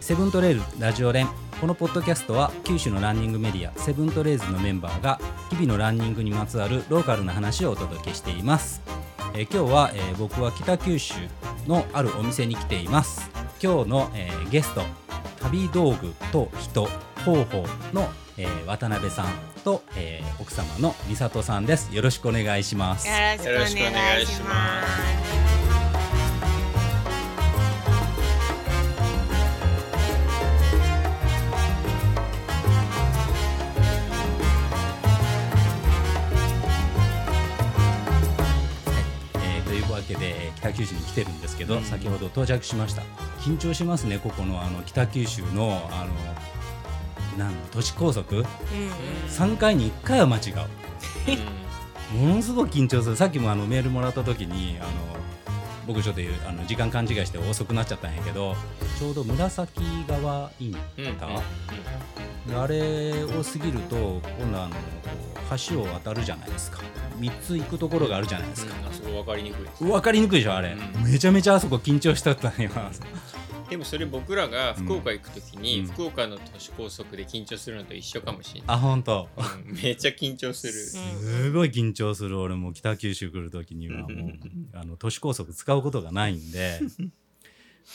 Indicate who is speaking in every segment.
Speaker 1: セブントレイルラジオ連このポッドキャストは九州のランニングメディアセブントレイズのメンバーが日々のランニングにまつわるローカルな話をお届けしています、えー今日は、えー僕は北九州のあるお店に来ています今日の、えーゲスト旅道具と人広報の、えー渡辺さんと、えー奥様の美里さんですよろしくお願いします
Speaker 2: よろしくお願いします。
Speaker 1: えーというわけでえー北九州に来てるんですけど、
Speaker 2: うん
Speaker 1: 先ほど到着しました緊張しますねここのあの北九州のあのなん都市高速3回に1回は間違うものすごく緊張するさっきもあのメールもらった時にあの僕ちょっと言うあの時間勘違いして遅くなっちゃったんやけどちょうど紫側インタ
Speaker 2: うんうん
Speaker 1: ー、であれを過ぎると今度あのこう橋を渡るじゃないですか3つ行くところがあるじゃないですか、
Speaker 2: あそこ分かりにくいです
Speaker 1: 分かりにくいでしょあれ、
Speaker 2: うん
Speaker 1: めちゃめちゃあそこ緊張しとったね今
Speaker 2: でもそれ僕らが福岡行くときに、
Speaker 1: うん
Speaker 2: 福岡の都市高速で緊張するのと一緒かもしれない、
Speaker 1: あ本当
Speaker 2: うんめっちゃ緊張する
Speaker 1: すごい緊張する俺も北九州来る時 にはも
Speaker 2: う
Speaker 1: うんあの都市高速使うことがないんで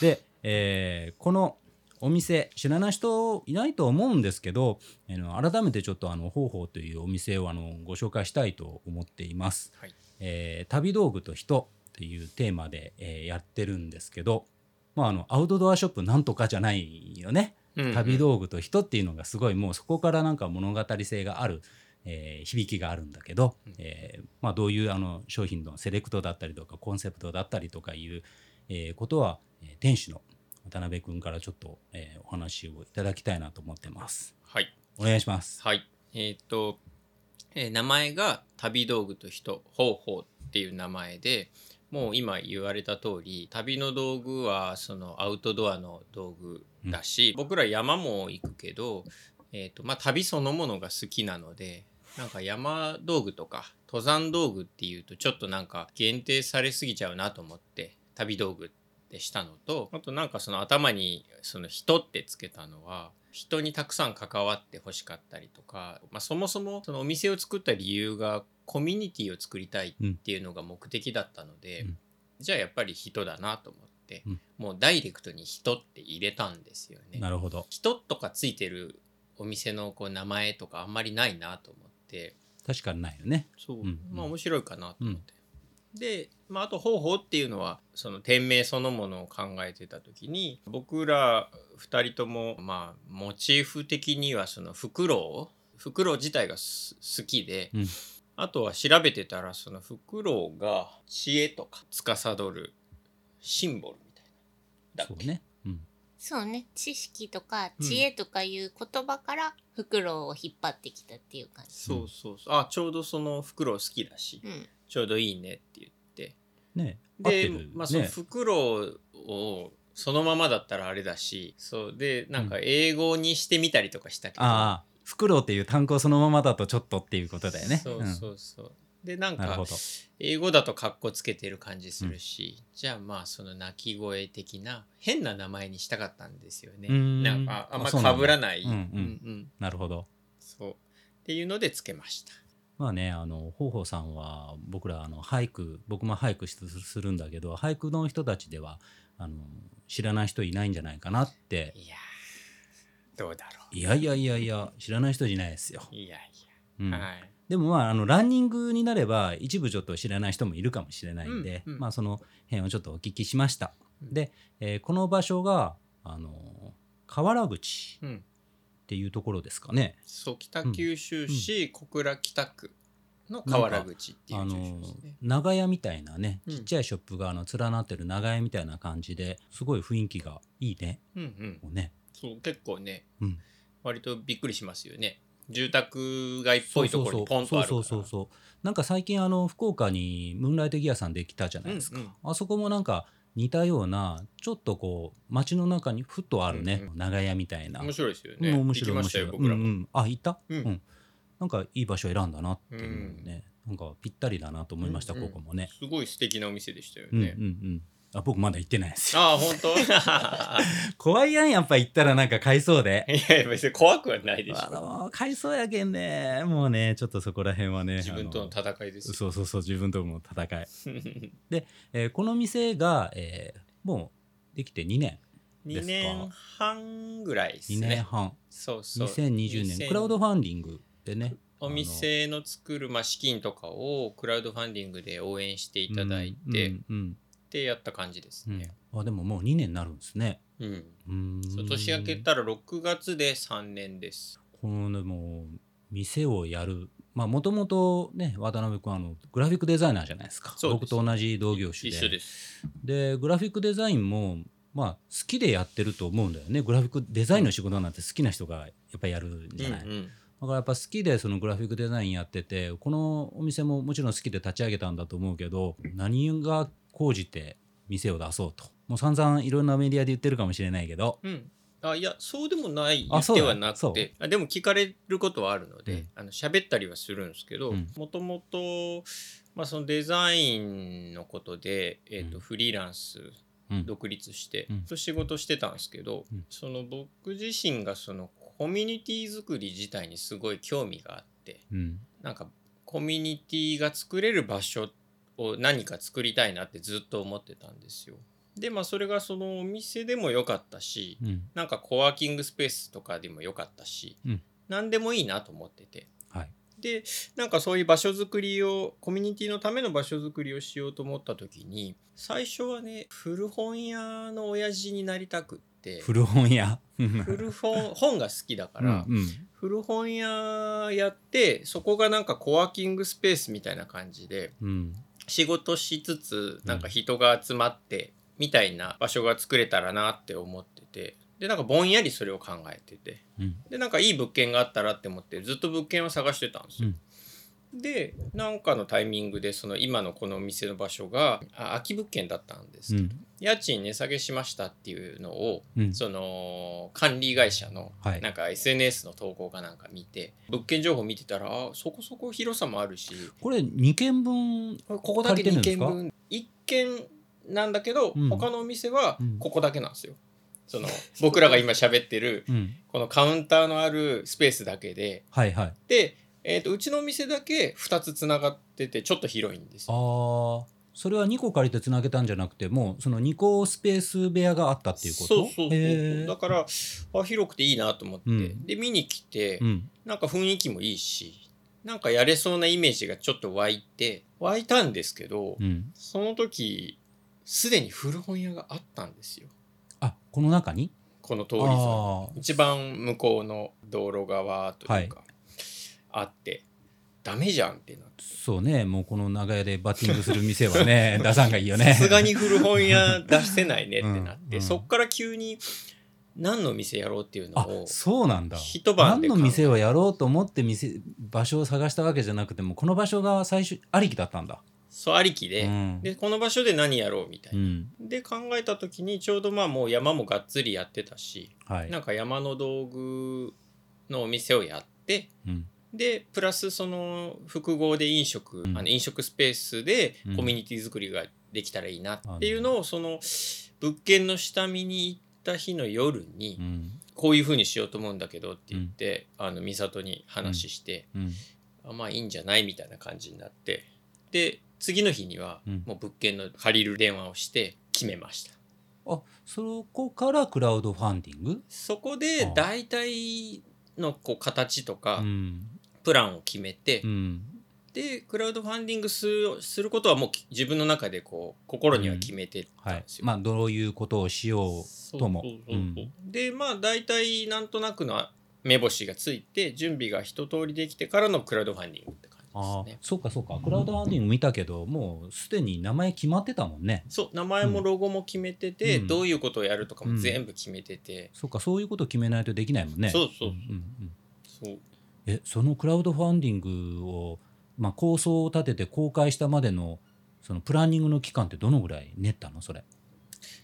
Speaker 1: で、えーこのお店知らない人いないと思うんですけど、あの改めてちょっとあの方法というお店をあのご紹介したいと思っています、
Speaker 2: はい
Speaker 1: えー旅道具と人というテーマで、えーやってるんですけど、まあ、あのアウトドアショップなんとかじゃないよね、
Speaker 2: うん
Speaker 1: 旅道具と人っていうのがすごいもうそこからなんか物語性がある、えー響きがあるんだけど、
Speaker 2: うん
Speaker 1: えーまあ、どういうあの商品のセレクトだったりとかコンセプトだったりとかいう、えーことは、えー店主の渡辺君からちょっと、えーお話をいただきたいなと思ってます。
Speaker 2: はい
Speaker 1: お願いします。
Speaker 2: はいえーっと、えー名前が旅道具と人方法っていう名前でもう今言われた通り旅の道具はそのアウトドアの道具だし、僕ら山も行くけど、えーとまあ、旅そのものが好きなのでなんか山道具とか登山道具っていうとちょっとなんか限定されすぎちゃうなと思って旅道具ってしたのとあとなんかその頭にその人ってつけたのは人にたくさん関わってほしかったりとか、まあ、そもそもそのお店を作った理由がコミュニティを作りたいっていうのが目的だったので、
Speaker 1: うん
Speaker 2: じゃあやっぱり人だなと思って、
Speaker 1: うん
Speaker 2: もうダイレクトに人って入れたんですよね。
Speaker 1: なるほど
Speaker 2: 人とかついてるお店のこう名前とかあんまりないなと思って
Speaker 1: 確かにないよね。
Speaker 2: そう、
Speaker 1: うん
Speaker 2: まあ面白いかなと思って、で、まあ、あと方法っていうのはその店名そのものを考えてた時に僕ら2人ともまあモチーフ的にはそのフクロウフクロウ自体がす好きで、
Speaker 1: うん
Speaker 2: あとは調べてたらそのフクロウが知恵とか司るシンボルみたいなだっ
Speaker 1: そう
Speaker 2: け
Speaker 1: ね。うん。
Speaker 3: そうね知識とか
Speaker 2: うん
Speaker 3: 知恵とかいう言葉からフクロウを引っ張ってきたっていう感じ。
Speaker 2: そうそうそうあちょうどそのフクロウ好きだし、
Speaker 3: うん、
Speaker 2: ちょうどいいねって言って
Speaker 1: ね合って
Speaker 2: で、
Speaker 1: る、
Speaker 2: まあ、その
Speaker 1: ね。
Speaker 2: フクロウをそのままだったらあれだしそうでなんか英語にしてみたりとかしたけど、
Speaker 1: ああ、フクロウっていう単語そのままだとちょっとっていうことだよね。
Speaker 2: そうそうそう、でなん
Speaker 1: んなる
Speaker 2: か
Speaker 1: ほど。
Speaker 2: 英語だとカッコつけてる感じするし、じゃあまあその鳴き声的な変な名前にしたかったんですよね
Speaker 1: うーん
Speaker 2: なんかあんま
Speaker 1: あそうなんだ
Speaker 2: 被らない
Speaker 1: うんうん
Speaker 2: うんうん
Speaker 1: なるほど。
Speaker 2: そうっていうのでつけました
Speaker 1: まあね、あの、ほうほうさんは、僕ら、あの、俳句、僕も俳句しするんだけど、俳句の人たちでは、あの、知らない人いないんじゃないかなって、
Speaker 2: いやーどうだろ
Speaker 1: いやいやいやいや、知らない人じゃないですよ。
Speaker 2: ういやい
Speaker 1: うん
Speaker 2: や、はい
Speaker 1: でもまあ、あの、ランニングになれば、一部ちょっと知らない人もいるかもしれないんで、
Speaker 2: うんうん
Speaker 1: まあ、その辺をちょっとお聞きしました。
Speaker 2: うん
Speaker 1: で、えーこの場所が、あの、河原口っ
Speaker 2: うん
Speaker 1: ていうところですかね。
Speaker 2: そう北九州市小倉北区の河原口ってい
Speaker 1: あ
Speaker 2: う
Speaker 1: の
Speaker 2: 住所ですね。
Speaker 1: 長屋みたいなね
Speaker 2: うん
Speaker 1: ちっちゃいショップがあの連なってる長屋みたいな感じですごい雰囲気がいいね
Speaker 2: うんうん、
Speaker 1: もうね
Speaker 2: そう結構ね、
Speaker 1: うん
Speaker 2: 割とびっくりしますよね。住宅街っぽいところにポンとあるから。
Speaker 1: そうそうそうそうなんか最近あの福岡にムーンライトギアさんできたじゃないですか、
Speaker 2: うん
Speaker 1: あそこもなんか似たようなちょっとこう街の中にふっとあるね、
Speaker 2: うんう
Speaker 1: 長屋みたいな、
Speaker 2: うん面白いですよね。
Speaker 1: うん面白い
Speaker 2: 行き
Speaker 1: 面
Speaker 2: ました
Speaker 1: 白い
Speaker 2: よ僕ら
Speaker 1: うん
Speaker 2: も。
Speaker 1: うん、あ行った、
Speaker 2: うん
Speaker 1: なんかいい場所選んだなっていうね、なんかぴったりだなと思いました、
Speaker 2: うんうん
Speaker 1: ここもね、
Speaker 2: すごい素敵なお店でしたよ
Speaker 1: うんうん
Speaker 2: ね。
Speaker 1: うんあ僕まだ行ってないんですよ
Speaker 2: ああ本当
Speaker 1: 怖いやんやっぱ行ったらなんか買いそうで
Speaker 2: いやいや別に怖くはないでし
Speaker 1: あ
Speaker 2: ょ
Speaker 1: の買いそうやけんねもうねちょっとそこら辺はね
Speaker 2: 自分との戦いで
Speaker 1: あ
Speaker 2: す
Speaker 1: の
Speaker 2: よ
Speaker 1: そうそうそう自分との戦い、
Speaker 2: 2
Speaker 1: えーこの店が、えーもうできて2年ですか
Speaker 2: 年半ぐらいです
Speaker 1: 2年
Speaker 2: ね
Speaker 1: 半
Speaker 2: そうそう
Speaker 1: 2020年
Speaker 2: 2000
Speaker 1: クラウドファンディングでね
Speaker 2: お店の作る、まあ、資金とかをクラウドファンディングで応援していただいて、
Speaker 1: うんうん
Speaker 2: でやった感じです
Speaker 1: うん
Speaker 2: ね。
Speaker 1: うんあでももう2年になるんですね
Speaker 2: うん
Speaker 1: うーん
Speaker 2: そう年明けたら6月で3年です。
Speaker 1: このでも店をやるまあもともとね渡辺君あのグラフィックデザイナーじゃないですか
Speaker 2: そうです
Speaker 1: 僕と同じ同業種
Speaker 2: 一
Speaker 1: で
Speaker 2: 緒です。
Speaker 1: でグラフィックデザインもまあ好きでやってると思うんだよねグラフィックデザインの仕事なんて好きな人がやっぱやるんじゃない、
Speaker 2: うんうん
Speaker 1: だからやっぱ好きでそのグラフィックデザインやっててこのお店ももちろん好きで立ち上げたんだと思うけど何が高じて店を出そうともう散々いろんなメディアで言ってるかもしれないけど
Speaker 2: うんあいやそうでもない
Speaker 1: あ
Speaker 2: 言っ
Speaker 1: そう
Speaker 2: て
Speaker 1: だ
Speaker 2: はな
Speaker 1: そ
Speaker 2: く
Speaker 1: う
Speaker 2: てあでも聞かれることはあるので、
Speaker 1: うん
Speaker 2: あの喋ったりはするんですけど
Speaker 1: うん
Speaker 2: もともとまあそのデザインのことで、えー
Speaker 1: う
Speaker 2: と
Speaker 1: ん
Speaker 2: フリーランス
Speaker 1: うん
Speaker 2: 独立して、
Speaker 1: うん
Speaker 2: と仕事してたんですけど、
Speaker 1: うん
Speaker 2: その僕自身がそのコミュニティ作り自体にすごい興味があって
Speaker 1: うん
Speaker 2: なんかコミュニティが作れる場所を何か作りたいなってずっと思ってたんですよ。でまあそれがそのお店でも良かったし
Speaker 1: うん
Speaker 2: なんかコワーキングスペースとかでも良かったし、
Speaker 1: うん
Speaker 2: 何でもいいなと思ってて。
Speaker 1: はい
Speaker 2: でなんかそういう場所づくりをコミュニティのための場所づくりをしようと思った時に最初はね古本屋の親父になりたくって
Speaker 1: 古本屋
Speaker 2: 古本本が好きだから、
Speaker 1: うんうん
Speaker 2: 古本屋やってそこがなんかコワーキングスペースみたいな感じで
Speaker 1: うん
Speaker 2: 仕事しつつなんか人が集まってみたいな場所が作れたらなって思っててでなんかぼんやりそれを考えてて。
Speaker 1: うん
Speaker 2: でなんかいい物件があったらって思ってずっと物件を探してたんですよ。でなんかのタイミングでその今のこのお店の場所があ空き物件だったんです
Speaker 1: う
Speaker 2: けど、
Speaker 1: ん
Speaker 2: 家賃値下げしましたっていうのを
Speaker 1: うん
Speaker 2: その管理会社の
Speaker 1: はい
Speaker 2: なんか SNS の投稿かなんか見て物件情報見てたらあそこそこ広さもあるし
Speaker 1: これ2軒分
Speaker 2: ここだけ
Speaker 1: 借り
Speaker 2: 2
Speaker 1: てるんです
Speaker 2: 軒
Speaker 1: か
Speaker 2: 分1軒なんだけど、
Speaker 1: うん
Speaker 2: 他のお店は
Speaker 1: うん
Speaker 2: ここだけなんですよ。その 僕らが今喋ってる
Speaker 1: うん
Speaker 2: このカウンターのあるスペースだけで
Speaker 1: はいはい
Speaker 2: で、えー、とうちのお店だけ2つつながっててちょっと広いんです
Speaker 1: あ
Speaker 2: よ
Speaker 1: ーそれは2個借りてつなげたんじゃなくてもうその2個スペース部屋があったっていうこと
Speaker 2: そうそうそう
Speaker 1: へ
Speaker 2: だ
Speaker 1: ー
Speaker 2: からあ広くていいなと思って、
Speaker 1: うん
Speaker 2: で見に来て、
Speaker 1: うん
Speaker 2: なんか雰囲気もいいしなんかやれそうなイメージがちょっと湧いて湧いたんですけど、
Speaker 1: うん
Speaker 2: その時すでに古本屋があったんですよ
Speaker 1: あこの中に
Speaker 2: この
Speaker 1: あ
Speaker 2: 通り沿いに
Speaker 1: ー
Speaker 2: 一番向こうの道路側というか、あってダメじゃんってなって
Speaker 1: そうねもうこの長屋でバッティングする店は ね出さんがいいよね
Speaker 2: さすがに古本屋出せないねってなっ
Speaker 1: うんう
Speaker 2: て、
Speaker 1: ん
Speaker 2: そっから急に何の店やろうっていうの
Speaker 1: あ
Speaker 2: を
Speaker 1: そうなんだ
Speaker 2: 一晩
Speaker 1: 何
Speaker 2: で
Speaker 1: の
Speaker 2: 考え
Speaker 1: 店をやろうと思って店場所を探したわけじゃなくてもこの場所が最初ありきだったんだ、
Speaker 2: そうありきで,、
Speaker 1: うん
Speaker 2: でこの場所で何やろうみたいうな。
Speaker 1: ん
Speaker 2: で考えた時にちょうどまあもう山もがっつりやってたし
Speaker 1: はい
Speaker 2: なんか山の道具のお店をやって
Speaker 1: うん
Speaker 2: でプラスその複合で飲食、
Speaker 1: うん
Speaker 2: あの飲食スペースで
Speaker 1: うん
Speaker 2: コミュニティ作りができたらいいなっていうのをその物件の下見に行った日の夜に
Speaker 1: うん
Speaker 2: こういうふうにしようと思うんだけどって言って、あの美里に話して、
Speaker 1: うん
Speaker 2: あまあいいんじゃないみたいな感じになってで次の日には
Speaker 1: うん
Speaker 2: もう物件の借りる電話をして決めました
Speaker 1: あそこからクラウドファンディング、
Speaker 2: そこ
Speaker 1: あ
Speaker 2: で
Speaker 1: あ
Speaker 2: 大体のこう形とか
Speaker 1: うん
Speaker 2: プランを決めて、
Speaker 1: うん、
Speaker 2: でクラウドファンディングするすることはもうき自分の中でこう心には決めてた
Speaker 1: は
Speaker 2: ん
Speaker 1: い
Speaker 2: ですよ、
Speaker 1: まあどういうことをしようとも
Speaker 2: そうそうそうそうでまあ大体なんとなくの目星がついて準備が一通りできてからのクラウドファンディングって感じです
Speaker 1: ああ
Speaker 2: ね
Speaker 1: そうかそうかクラウドファンディング見たけどもうすでに名前決まってたもんね
Speaker 2: そう名前もロゴも決めてて、
Speaker 1: うん
Speaker 2: どういうことをやるとかも全部決めてて、
Speaker 1: そうかそういうこと決めないとできないもんね
Speaker 2: そうそう
Speaker 1: うんうんうん
Speaker 2: そう
Speaker 1: えそのクラウドファンディングを、まあ、構想を立てて公開したまでのそのプランニングの期間ってどのぐらい練ったのそれ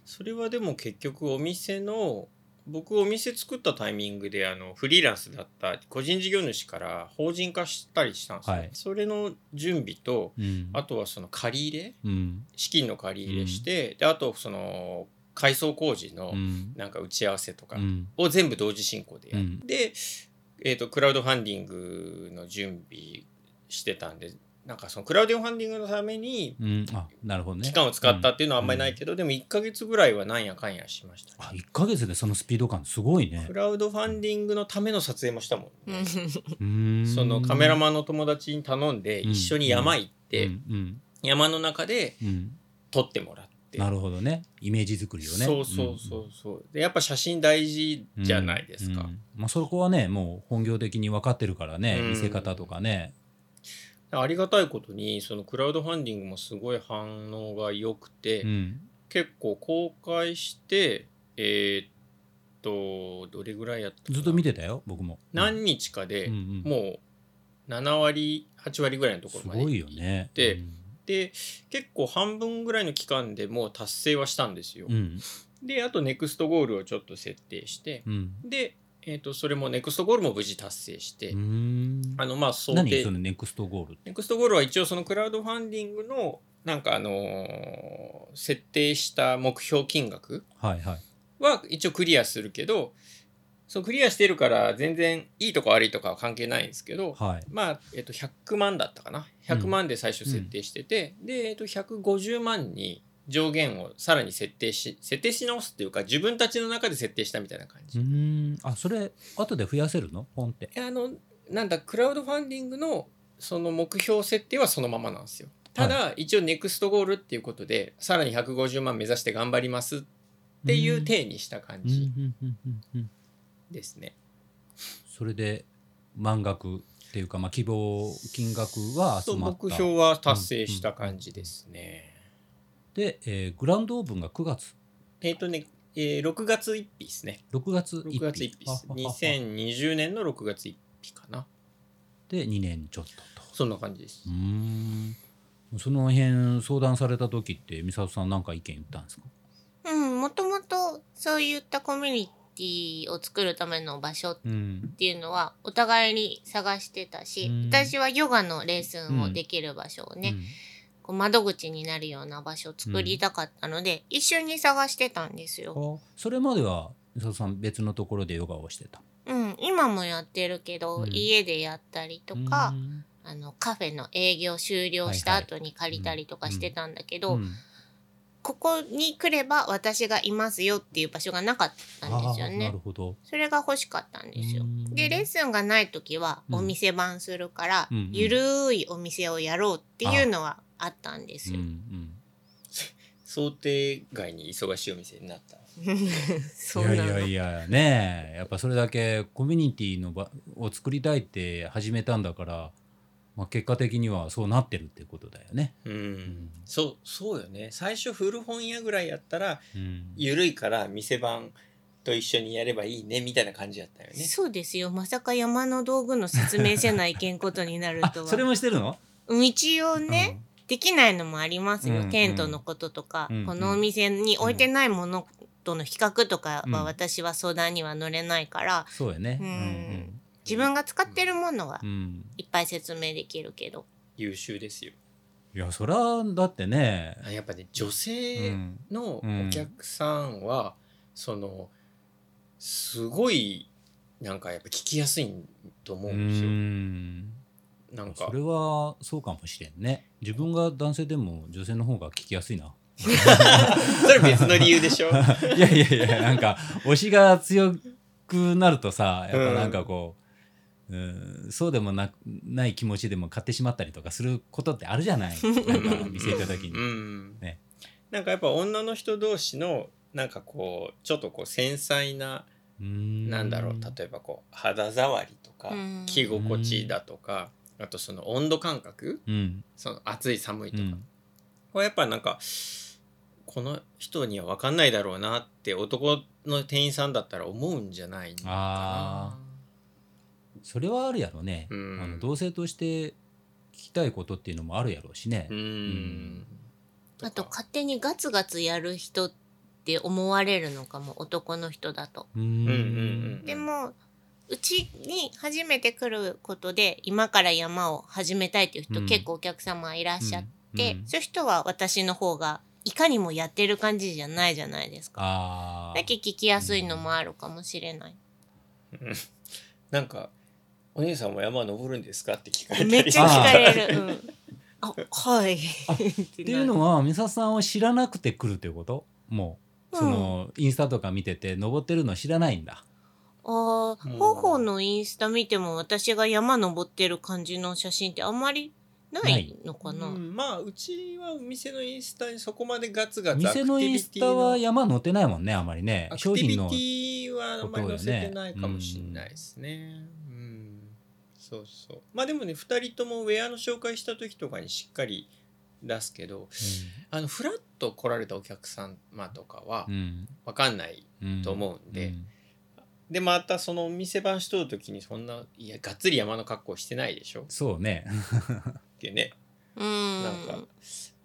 Speaker 2: それはでも結局お店の僕お店作ったタイミングであのフリーランスだった個人事業主から法人化したりしたんですよ、
Speaker 1: はい
Speaker 2: それの準備と
Speaker 1: うん
Speaker 2: あとはその借り入れ
Speaker 1: うん
Speaker 2: 資金の借り入れして、であとその改装工事の
Speaker 1: うん
Speaker 2: なんか打ち合わせとか
Speaker 1: うん
Speaker 2: を全部同時進行でやっ
Speaker 1: うん
Speaker 2: で、えー、とクラウドファンディングの準備してたんでなんかそのクラウドファンディングのために
Speaker 1: うんあなるほどね
Speaker 2: 期間を使ったっていうのはあんまりないけど、でも1か月ぐらいはなんやかんやしましたね、
Speaker 1: あ1ヶ月でそのスピード感すごいね
Speaker 2: クラウドファンディングのための撮影もしたもん、ねそ
Speaker 1: そ
Speaker 2: のカメラ
Speaker 1: マン
Speaker 2: マンの友達に頼んで
Speaker 1: うん
Speaker 2: 一緒に山行って、
Speaker 1: うん
Speaker 2: 山の中で
Speaker 1: うんうん
Speaker 2: 撮ってもらって
Speaker 1: なるほどねイメージ作りをね
Speaker 2: そうそうそうそうでやっぱ写真大事じゃないですか、
Speaker 1: うんうんまあ、そこはねもう本業的に分かってるからね、
Speaker 2: うん
Speaker 1: 見せ方とかね
Speaker 2: ありがたいことにそのクラウドファンディングもすごい反応が良くて、
Speaker 1: うん
Speaker 2: 結構公開してえーっとどれぐらいやったかな
Speaker 1: ずっと見てたよ僕も
Speaker 2: 何日かで、
Speaker 1: うんうん
Speaker 2: もう7割8割ぐらいのとこ
Speaker 1: す
Speaker 2: ろまで
Speaker 1: ごいよね
Speaker 2: てで結構半分ぐらいの期間でもう達成はしたんですよ、
Speaker 1: うん
Speaker 2: であとネクストゴールをちょっと設定して
Speaker 1: うん
Speaker 2: で、えーっとそれもネクストゴールも無事達成して、
Speaker 1: うん
Speaker 2: あのまあ想
Speaker 1: 何
Speaker 2: 定
Speaker 1: そのネクストゴール
Speaker 2: ネクストゴールは一応そのクラウドファンディングのなんかあのー設定した目標金額
Speaker 1: はいはい
Speaker 2: は一応クリアするけどそのクリアしてるから全然いいとか悪いとかは関係ないんですけど、
Speaker 1: はい
Speaker 2: まあ、えっと、100万だったかな100万で最初設定してて、で、えっと、150万に上限をさらに設定し設定し直すっていうか自分たちの中で設定したみたいな感じ
Speaker 1: う。んあそれ後で増やせるのポンって
Speaker 2: あのなんだクラウドファンディングのその目標設定はそのままなんですよただ、一応ネクストゴールっていうことでさらに150万目指して頑張りますっていう体にした
Speaker 1: う
Speaker 2: 感
Speaker 1: ん
Speaker 2: じ
Speaker 1: うんうんうんうん
Speaker 2: ですね、
Speaker 1: それで満額っていうか、まあ、希望金額は
Speaker 2: そ
Speaker 1: 集
Speaker 2: う
Speaker 1: まった
Speaker 2: 目標は達成した感じですね、
Speaker 1: で、えーグランドオープンが9月
Speaker 2: えっ、とね、えー6月1日ですね
Speaker 1: 6月1
Speaker 2: 6
Speaker 1: 日
Speaker 2: 月1日です
Speaker 1: あああ
Speaker 2: 2020年の6月1日かな
Speaker 1: で2年ちょっとと
Speaker 2: そんな感じです
Speaker 1: うーんその辺相談された時って美里さん何か意見言ったんですか
Speaker 3: うん、もともとそういったコミュニティを作るための場所っ
Speaker 1: うん
Speaker 3: ていうのはお互いに探してたし、
Speaker 1: うん
Speaker 3: 私はヨガのレッスンをできる場所をね、こう窓口になるような場所を作りたかったので、一緒に探してたんですよ。
Speaker 1: あそれまでは美里さん別のところでヨガをしてた
Speaker 3: うん、今もやってるけ
Speaker 1: う
Speaker 3: ど、
Speaker 1: ん
Speaker 3: 家でやったりとか、あのカフェの営業終了した後に借りたりとかしてたんだけど、
Speaker 1: うんうん
Speaker 3: ここに来れば私がいますよっていう場所がなかったんですよ
Speaker 1: あーな
Speaker 3: ね
Speaker 1: る。ほど
Speaker 3: それが欲しかったんですよ。でレッスンがない時は
Speaker 1: うん
Speaker 3: お店番するから、
Speaker 1: うんうん
Speaker 3: ゆるいお店をやろうっていうのはあったんですよ。
Speaker 1: うん
Speaker 2: 想定外に忙しいお店になった
Speaker 1: う
Speaker 3: そ
Speaker 1: ん、
Speaker 3: う
Speaker 1: い
Speaker 3: な
Speaker 1: や
Speaker 3: の
Speaker 1: いやいやねえやっぱそれだけコミュニティの場を作りたいって始めたんだから、まあ、結果的にはそうなってるってことだよね。
Speaker 2: うん、
Speaker 1: ん
Speaker 2: そうそうよね最初古本屋ぐらいやったら
Speaker 1: うん
Speaker 2: 緩いから店番と一緒にやればいいねみたいな感じだったよね。
Speaker 3: そうですよまさか山の道具の説明せないけんことになる
Speaker 1: あ
Speaker 3: とは
Speaker 1: それもしてるの
Speaker 3: 一応ね、、できないのもありますよ、
Speaker 1: うんうん
Speaker 3: テントのこととか、
Speaker 1: うんうん
Speaker 3: このお店に置いてないものとの比較とか
Speaker 1: うん
Speaker 3: は私は相談には乗れないから、
Speaker 1: うんそうやね。
Speaker 3: うん自分が使ってるものは
Speaker 1: うんうん
Speaker 3: いっぱい説明できるけど、
Speaker 2: 優秀ですよ。
Speaker 1: いやそりゃだってね、
Speaker 2: あやっぱね女
Speaker 1: う
Speaker 2: 性
Speaker 1: ん、
Speaker 2: の
Speaker 1: うん
Speaker 2: お客さんは、そのすごいなんかやっぱ聞きやすいと思
Speaker 1: う
Speaker 2: うんですよ。
Speaker 1: ん
Speaker 2: なんか
Speaker 1: それはそうかもしれんね自分が男性でも女性の方が聞きやすいな
Speaker 2: それ別の理由でしょ。
Speaker 1: いやいやいやなんか推しが強くなるとさやっぱなんかこう、うんそうでもなない気持ちでも買ってしまったりとかすることってあるじゃない なんか店行った時
Speaker 2: う
Speaker 1: に。
Speaker 2: ん
Speaker 1: ね
Speaker 2: なんかやっぱ女の人同士のなんかこうちょっとこう繊細な
Speaker 1: うん
Speaker 2: なんだろう例えばこう肌触りとか
Speaker 3: うん
Speaker 2: 着心地だとかあとその温度感覚
Speaker 1: うん
Speaker 2: その暑い寒いうとか、
Speaker 1: ん
Speaker 2: これやっぱなんかこの人には分かんないだろうなって男の店員さんだったら思うんじゃないのか
Speaker 1: あ
Speaker 2: な。
Speaker 1: それはあるやろね、
Speaker 2: うん
Speaker 1: あの同性として聞きたいことっていうのもあるやろうしね、
Speaker 2: うん
Speaker 1: ん
Speaker 3: あと勝手にガツガツやる人っって思われるのかも男の人だと。
Speaker 1: う
Speaker 2: う
Speaker 1: ん
Speaker 2: んうんう
Speaker 1: うん
Speaker 2: ん
Speaker 3: でもうちに初めて来ることで今から山を始めたいという人、
Speaker 1: うん
Speaker 3: 結構お客様いらっしゃっ
Speaker 1: う
Speaker 3: て、
Speaker 1: んうん
Speaker 3: そういう人は私の方がいかにもやってる感じじゃないじゃないですか。
Speaker 1: あ
Speaker 3: だけ聞きやすいのもあるかもしれない。
Speaker 2: なんか「お姉さんも山登るんですか?」って聞かれたり
Speaker 3: めっちゃ聞かれる。うん、あはい。っ
Speaker 1: ってていうのは美沙さんを知らなくて来るということもうそのインスタとか見てて登ってるの知らないんだ
Speaker 3: ああ、
Speaker 2: うん
Speaker 3: ほほのインスタ見ても私が山登ってる感じの写真ってあんまりないのかな。
Speaker 2: うんまあうちはお店のインスタにそこまでガツガツ
Speaker 1: 店のインスタは山載ってないもんねあまりね
Speaker 2: アク
Speaker 1: 商
Speaker 2: ティビ
Speaker 1: 品
Speaker 2: テ
Speaker 1: の
Speaker 2: ィはあんまり載せてないかもしれないですね。うん、そうそう。まあでもね、二人ともウェアの紹介した時とかにしっかり出すけど、あのフラッと来られたお客様とかは
Speaker 1: うん
Speaker 2: わかんない。
Speaker 1: うん
Speaker 2: と思うんで
Speaker 1: ん
Speaker 2: でまたそのお店番しとる時にそんないやがっつり山の格好してないでしょっ
Speaker 1: そうね
Speaker 2: てね、
Speaker 3: うん。
Speaker 2: なんか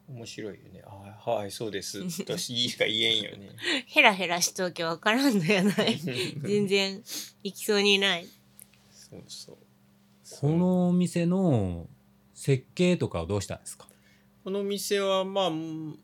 Speaker 2: 面白いよね。あはいそうです。としか言えんよね。
Speaker 3: ヘラヘラしとけわからんのやない。全然行きそうにない。
Speaker 2: そうそう。
Speaker 1: このお店の設計とかはどうしたんですか
Speaker 2: この店はまあうん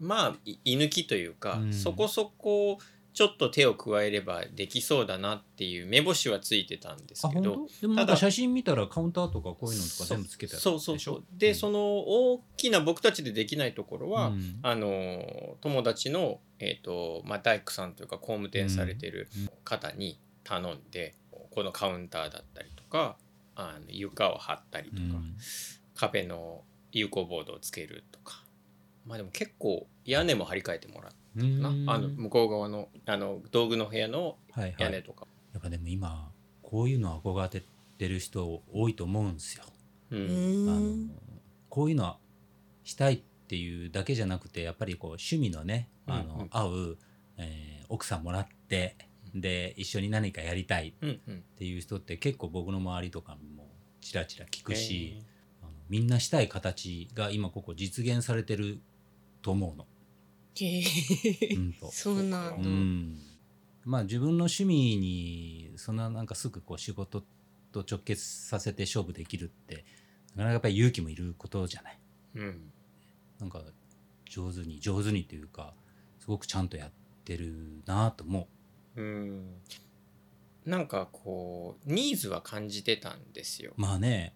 Speaker 2: まあい居抜きというか、
Speaker 1: うん
Speaker 2: そこそこちょっと手を加えればできそうだなっていう目星はついてたんです
Speaker 1: あ
Speaker 2: け
Speaker 1: 本
Speaker 2: ど
Speaker 1: 当でもなんか
Speaker 2: ただ
Speaker 1: 写真見たらカウンターとかこういうのとか全部つけてある
Speaker 2: そうそうそうで、
Speaker 1: うん
Speaker 2: その大きな僕たちでできないところは、
Speaker 1: うん
Speaker 2: あの友達の、えーとまあ、大工さんというか工務店されてる方に頼んで、このカウンターだったりとかあの床を張ったりと
Speaker 1: う
Speaker 2: か、
Speaker 1: ん
Speaker 2: 壁の有効ボードをつけるとかまあでも結構屋根も張り替えてもらっ
Speaker 1: うん
Speaker 2: たな、あの向こう側のあの道具の部屋の
Speaker 1: はいは
Speaker 2: 屋
Speaker 1: い
Speaker 2: 根とか、
Speaker 1: やっぱでも今こういうの憧れてる人多いと思うんですよ。
Speaker 2: う
Speaker 3: うん
Speaker 1: あの
Speaker 3: ん。
Speaker 1: こういうのはしたいっていうだけじゃなくてやっぱりこう趣味のねあの、
Speaker 2: うんうん
Speaker 1: 合う、えー奥さんもらってで一緒に何かやりたいっ
Speaker 2: うんうん、
Speaker 1: ていう人って結構僕の周りとかもちらちら聞くし、あのみんなしたい形が今ここ実現されてると思うの。
Speaker 3: へえ
Speaker 1: うんと
Speaker 3: そうなん
Speaker 1: う
Speaker 3: だ。
Speaker 1: んまあ自分の趣味にそんななんかすぐこう仕事と直結させて勝負できるってなかなかやっぱり勇気もいることじゃない
Speaker 2: えーうん
Speaker 1: なんか上手に上手にというかすごくちゃんとやってるなと思
Speaker 2: うん、なんかこうニーズは感じてたんですよ
Speaker 1: うまあね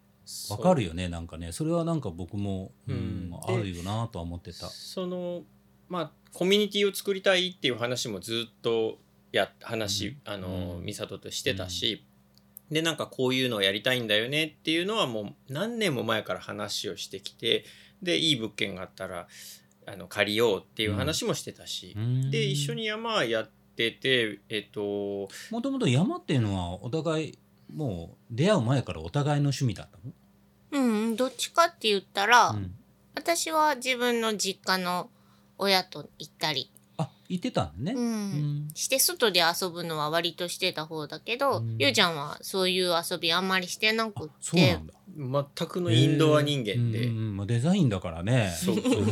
Speaker 1: わかるよねなんかねそれはなんか僕も、うん
Speaker 2: うん
Speaker 1: あるよなとは思ってた
Speaker 2: そのまあコミュニティを作りたいっていう話もずっとや話、
Speaker 1: うん
Speaker 2: あの、
Speaker 1: うん
Speaker 2: 美里としてたし、でなんかこういうのをやりたいんだよねっていうのはもう何年も前から話をしてきてでいい物件があったらあの借りようっていう話もしてたし、で一緒に山やっててえっと
Speaker 1: もともと山っていうのはお互いもう出会う前からお互いの趣味だったの、
Speaker 3: うんうん。どっちかって言ったら、
Speaker 1: うん
Speaker 3: 私は自分の実家の親と行ったり、
Speaker 1: あ行ってたんだね、
Speaker 3: う、
Speaker 1: うんん
Speaker 3: して外で遊ぶのは割としてた方だけど、
Speaker 1: うん
Speaker 3: ゆうちゃんはそういう遊びあんまりしてな
Speaker 1: あ
Speaker 3: くっ
Speaker 1: そうな
Speaker 3: て
Speaker 1: んだ
Speaker 2: 全くのインドア人間
Speaker 1: え
Speaker 2: で、
Speaker 1: ーうんうんうんまあ、デザインだからね
Speaker 2: そうそうそう、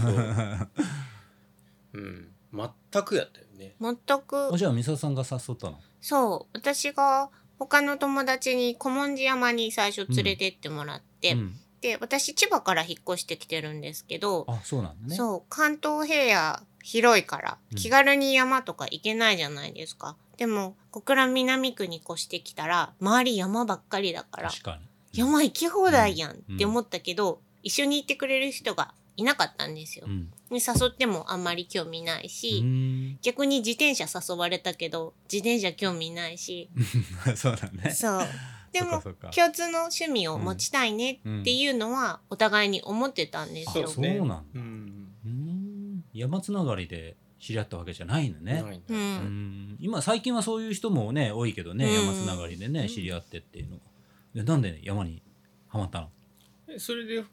Speaker 2: うん、全くやったよね。
Speaker 3: 全
Speaker 1: あ
Speaker 3: く
Speaker 1: じゃあ美沙さんが誘ったの
Speaker 3: そう私が他の友達に古文字山に最初連れてってもらって、
Speaker 1: うん、
Speaker 3: で私千葉から引っ越してきてるんですけど、
Speaker 1: あそうなんだね
Speaker 3: そう関東平野広いから
Speaker 1: うん
Speaker 3: 気軽に山とか行けないじゃないですか、でも小倉南区に越してきたら周り山ばっかりだから
Speaker 1: 確かに
Speaker 3: 山行き放題やんって思ったけど、一緒に行ってくれる人がいなかったんですよ。
Speaker 1: うん
Speaker 3: に誘ってもあんまり興味ないうし、
Speaker 1: ん
Speaker 3: 逆に自転車誘われたけど自転車興味ないし
Speaker 1: そうだね
Speaker 3: そうで
Speaker 1: そうか
Speaker 3: も
Speaker 1: そうか
Speaker 3: 共通の趣味を持ちたいねっていうのはお互いに思ってたんです
Speaker 1: そ
Speaker 3: よ。
Speaker 1: うそうなんだ
Speaker 2: うん
Speaker 1: うん山つながりで知り合ったわけじゃないのね
Speaker 2: ない
Speaker 3: うん
Speaker 2: ない
Speaker 1: うん今最近はそういう人もね多いけどね、
Speaker 3: うん
Speaker 1: 山つながりでね知り合ってっていうのがでなんで、ね、山にはまったの
Speaker 2: でそれで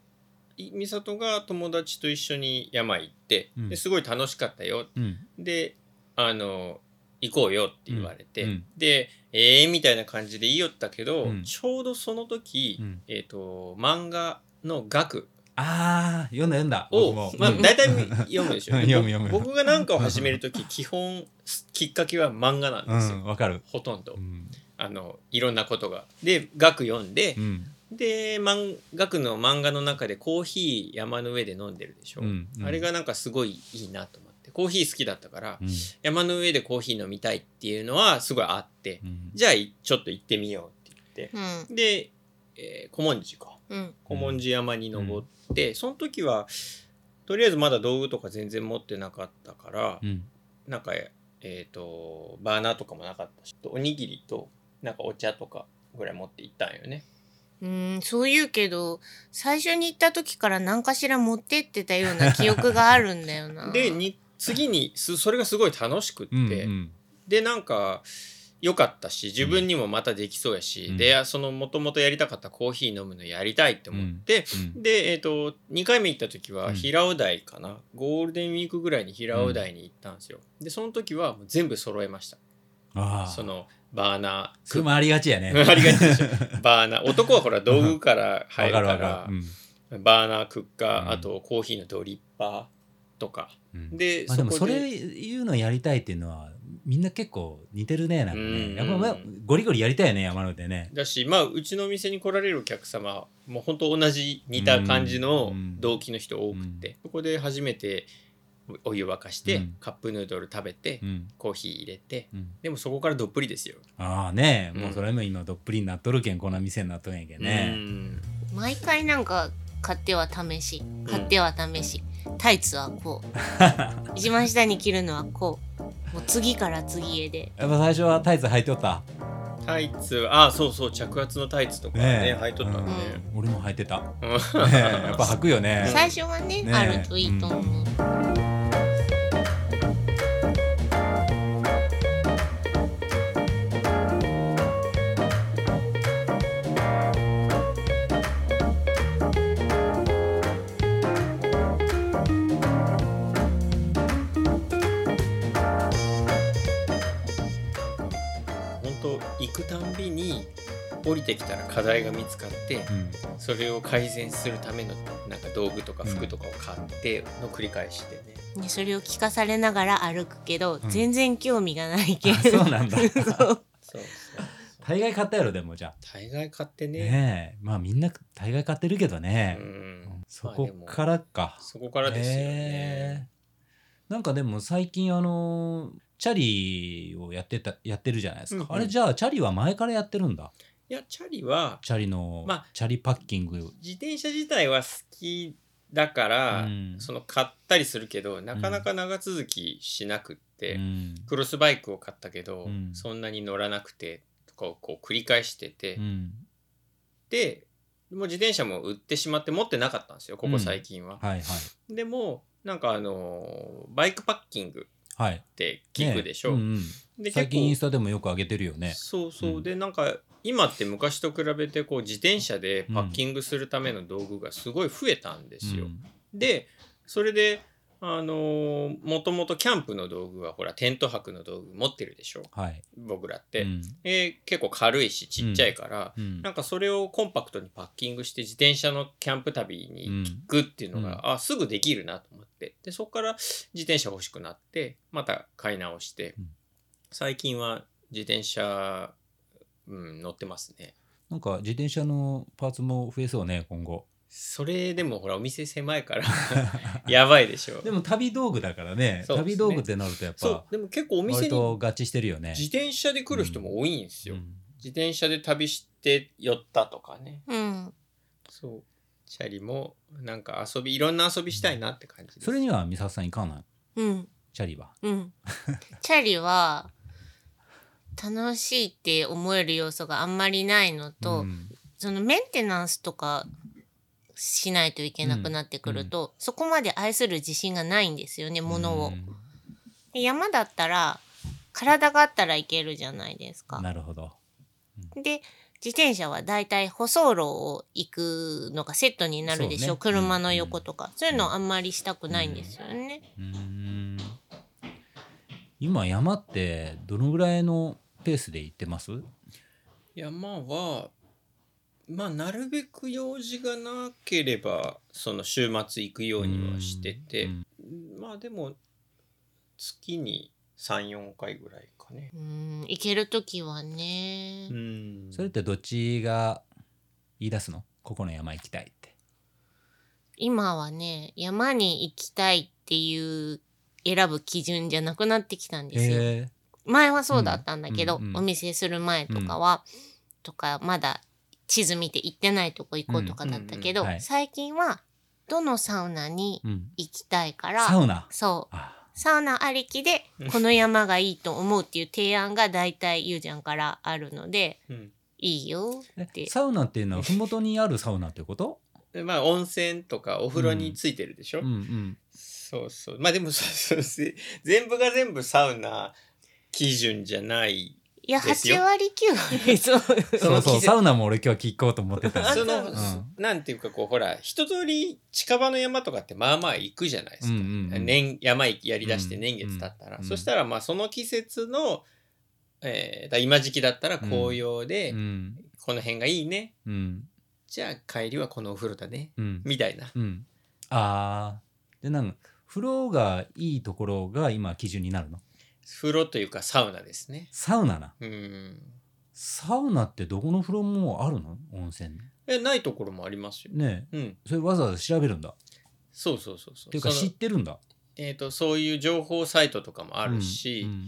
Speaker 2: い美里が友達と一緒に山行って、
Speaker 1: うん
Speaker 2: ですごい楽しかったよ
Speaker 1: うん
Speaker 2: であの行こうよって言われて、
Speaker 1: うんうん
Speaker 2: でええみたいな感じで言いよったけど、
Speaker 1: うん
Speaker 2: ちょうどその時、
Speaker 1: うん
Speaker 2: えっ、と漫画の額
Speaker 1: ああ読んだ読んだ僕も
Speaker 2: を、まあ、大体読むでしょ
Speaker 1: うん 読む読む
Speaker 2: 僕が何かを始める時 基本きっかけは漫画なんです
Speaker 1: う
Speaker 2: よ、
Speaker 1: んわかる
Speaker 2: ほとんど
Speaker 1: うん
Speaker 2: あのいろんなことがで学読んで
Speaker 1: う、ん
Speaker 2: で漫学の漫画の中でコーヒー山の上で飲んでるでしょ、
Speaker 1: うんうん
Speaker 2: あれがなんかすごいいいなと思ってコーヒー好きだったから、
Speaker 1: うん
Speaker 2: 山の上でコーヒー飲みたいっていうのはすごいあって、
Speaker 1: うん
Speaker 2: じゃあいちょっと行ってみようって言って、
Speaker 3: うん
Speaker 2: で、えー、古文寺か
Speaker 3: うん
Speaker 2: 古文寺山に登って、その時はとりあえずまだ道具とか全然持ってなかったから、
Speaker 1: うん
Speaker 2: なんかえっ、とバーナーとかもなかったしおにぎりとなんかお茶とかぐらい持って行ったんよね。
Speaker 3: うんそう言うけど最初に行った時から何かしら持ってってたような記憶があるんだよな
Speaker 2: でに次にすそれがすごい楽しくって、
Speaker 1: うんうん
Speaker 2: でなんか良かったし自分にもまたできそうやし、
Speaker 1: うん
Speaker 2: でそのもともとやりたかったコーヒー飲むのやりたいって思って、
Speaker 1: うん
Speaker 2: で、えっと2回目行った時は
Speaker 1: うん
Speaker 2: 平尾台かな、ゴールデンウィークぐらいに平尾台に行ったんですよでその時はもう全部揃えまし
Speaker 1: あ
Speaker 2: た
Speaker 1: あ
Speaker 2: そのバーナー
Speaker 1: それもありがち やね
Speaker 2: ありがち でしょバーナー男はほら道具から入るか
Speaker 1: わ
Speaker 2: ら
Speaker 1: る
Speaker 2: バーナークッカー、
Speaker 1: うん
Speaker 2: あとコーヒーのドリッパーとか
Speaker 1: うんうん
Speaker 2: で
Speaker 1: まあ、でも
Speaker 2: そこ
Speaker 1: そ
Speaker 2: で
Speaker 1: れいうのやりたいっていうのはみんな結構似てるねなんか
Speaker 2: う
Speaker 1: ね
Speaker 2: ん
Speaker 1: やっぱまあゴリゴリやりたいよね山の手ね
Speaker 2: だしまあうちのお店に来られるお客様もう本当同じ似た感じの
Speaker 1: うん
Speaker 2: 動機の人多くて、
Speaker 1: う
Speaker 2: そこで初めておお湯沸かして、
Speaker 1: うん
Speaker 2: カップヌードル食べて、
Speaker 1: うん
Speaker 2: コーヒー入れて
Speaker 1: うん
Speaker 2: でもそこからどっぷりですよ。
Speaker 1: ああねもううんそれも今どっぷりになっとるけんこんな店になっとるんやけん
Speaker 2: う
Speaker 1: ね
Speaker 2: ん
Speaker 3: 毎回なんか買っては試し買っては試し、タイツはこ う一番下に着るのはこうもう次から次へで
Speaker 1: やっぱ最初はタイツ履いとった
Speaker 2: タイツああそうそう着圧のタイツとかね
Speaker 1: ねえ
Speaker 2: 履いとったんで、ね
Speaker 1: 俺も履いて たね
Speaker 2: うん
Speaker 1: えやっぱ履くよね
Speaker 3: 最初はね
Speaker 1: ねえ
Speaker 3: あるといいと思う、
Speaker 2: 本当行くたんびに降りてきたら課題が見つかって
Speaker 1: うん
Speaker 2: それを改善するためのなんか道具とか服とかを買っての繰り返しでね。
Speaker 3: でそれを聞かされながら歩くけど、
Speaker 1: うん
Speaker 3: 全然興味がないけん
Speaker 1: あそうなんだ
Speaker 3: そう
Speaker 2: そうそう
Speaker 1: 大概買ったやろでもじゃあ
Speaker 2: 大概買ってね
Speaker 1: ねえまあみんな大概買ってるけどね
Speaker 2: うん
Speaker 1: そこか
Speaker 2: まあ
Speaker 1: らか
Speaker 2: でもそこからですよね、
Speaker 1: えーなんかでも最近あのチャリをやってたやってるじゃないですか、
Speaker 2: うんうん
Speaker 1: あれじゃあチャリは前からやってるんだ
Speaker 2: いやチャリは
Speaker 1: チャリの、
Speaker 2: まあ
Speaker 1: チャリパッキング
Speaker 2: 自転車自体は好きだから、
Speaker 1: うん
Speaker 2: その買ったりするけどなかなか長続きしなくって、
Speaker 1: うん
Speaker 2: クロスバイクを買ったけど、
Speaker 1: うん
Speaker 2: そんなに乗らなくてとかをこう繰り返してて、
Speaker 1: うん
Speaker 2: でもう自転車も売ってしまって持ってなかったんですよここ最近は、
Speaker 1: はいはい
Speaker 2: でもなんかあのーバイクパッキング
Speaker 1: はい
Speaker 2: って聞くでしょ、
Speaker 1: ねうんうん
Speaker 2: で
Speaker 1: 最
Speaker 2: 結構
Speaker 1: 近インスタでもよく上げてるよね
Speaker 2: そうそう、
Speaker 1: うん
Speaker 2: でなんか今って昔と比べてこう自転車でパッキングするための道具がすごい増えたんですよ。
Speaker 1: うん
Speaker 2: でそれであのー、もともとキャンプの道具はほらテント泊の道具持ってるでしょ
Speaker 1: はい
Speaker 2: 僕らって、
Speaker 1: うん
Speaker 2: えー結構軽いしちっちゃいから、
Speaker 1: うん
Speaker 2: なんかそれをコンパクトにパッキングして自転車のキャンプ旅
Speaker 1: う
Speaker 2: に
Speaker 1: ん
Speaker 2: 行くっていうのが、あすぐできるなと思ってでそこから自転車欲しくなってまた買い直して、
Speaker 1: うん
Speaker 2: 最近は自転車、うん、乗ってますね
Speaker 1: なんか自転車のパーツも増えそうね今後
Speaker 2: それでもほらお店狭いから やばいでしょ
Speaker 1: でも旅道具だからね
Speaker 2: そうですね
Speaker 1: 旅道具ってなるとやっ
Speaker 2: そう
Speaker 1: ぱ
Speaker 2: でも結構お店
Speaker 1: 割
Speaker 2: に
Speaker 1: と合致してるよね
Speaker 2: 自転車で来る人も多いんですよ、
Speaker 1: うん
Speaker 2: 自転車で旅して寄ったとかね
Speaker 3: うん
Speaker 2: そうチャリもなんか遊びいろんな遊びしたいなって感じです
Speaker 1: それには美里さん行かない
Speaker 3: うん
Speaker 1: チャリは
Speaker 3: うん。チャリは、楽しいって思える要素があんまりないのと、
Speaker 1: うん
Speaker 3: そのメンテナンスとかしないといけなくなってくると、そこまで愛する自信がないんですよね、ものを。で山だったら、体があったらいけるじゃないです
Speaker 1: う
Speaker 3: か
Speaker 1: ん。なるほど
Speaker 3: で、自転車はだいたい舗装路を行くのがセットになるでしょ、
Speaker 1: そうね
Speaker 3: 車の横とか、そういうのあんまりしたくないんですよね。
Speaker 1: うーん今山ってどのぐらいのペースで行ってます
Speaker 2: 山はまあなるべく用事がなければその週末行くようにはしてて、
Speaker 1: うん
Speaker 2: まあでも月に34回ぐらいかね。
Speaker 3: うん行ける時はね、
Speaker 2: うん
Speaker 1: それってどっちが言い出すのここの山行きたいって
Speaker 3: 今はね山に行きたいっていう選ぶ基準じゃなくなってきたんですよ。
Speaker 1: え
Speaker 3: 前はそうだったんだけど、
Speaker 1: うんうんうん
Speaker 3: お見せする前とかは、とかまだ地図見て行ってないとこ行こうとかだったけど、
Speaker 1: うんうんうんはい
Speaker 3: 最近はどのサウナに
Speaker 1: ーうん、
Speaker 3: 行きたいから、
Speaker 1: サウナ
Speaker 3: そう
Speaker 1: あ
Speaker 3: サウナありきで
Speaker 2: うん
Speaker 3: この山がいいと思うっていう提案が大体ゆうちゃんからあるので
Speaker 2: うん
Speaker 3: いいよ
Speaker 1: え
Speaker 3: って
Speaker 1: サウナっていうのは麓にあるサウナってこと、
Speaker 2: でまあ温泉とかお風呂についてるでしょ、
Speaker 1: うんうん、
Speaker 2: そうそうまあでもそうそうぜ全部が全部サウナ基準じゃない
Speaker 3: いや
Speaker 2: ですよ
Speaker 3: 8割9割 そう
Speaker 2: そ
Speaker 1: そ
Speaker 2: の
Speaker 1: うそ
Speaker 2: 季
Speaker 1: う
Speaker 2: 節
Speaker 1: サウナも俺今日聞こうと思って た
Speaker 2: その、
Speaker 3: うん
Speaker 2: なんていうかこうほら一通り近場の山とかってまあまあ行くじゃないです
Speaker 1: う
Speaker 2: か、
Speaker 1: んうんうん
Speaker 2: 年山行きやりだし
Speaker 1: う
Speaker 2: て
Speaker 1: ん
Speaker 2: 年月経ったら、
Speaker 1: うん
Speaker 2: そしたらまあその季節の、えーだ今時期だったら紅葉で、
Speaker 1: うん
Speaker 2: この辺がいいね
Speaker 1: うん
Speaker 2: じゃあ帰りはこのお風呂だね
Speaker 1: うん
Speaker 2: みたいな
Speaker 1: うんあーでなんか風呂がいいところが今基準になるの
Speaker 2: 風呂というかサウナですね
Speaker 1: サウナな
Speaker 2: うん
Speaker 1: サウナってどこの風呂もあるの温泉
Speaker 2: えないところもありますよ、
Speaker 1: ねえ
Speaker 2: うん、
Speaker 1: それわざわざ調べるんだっ
Speaker 2: そうそうそうそう
Speaker 1: ていうか
Speaker 2: そ
Speaker 1: 知
Speaker 2: の
Speaker 1: ってるんだ
Speaker 2: えー、とそういう情報サイトとかもあるし、
Speaker 1: うん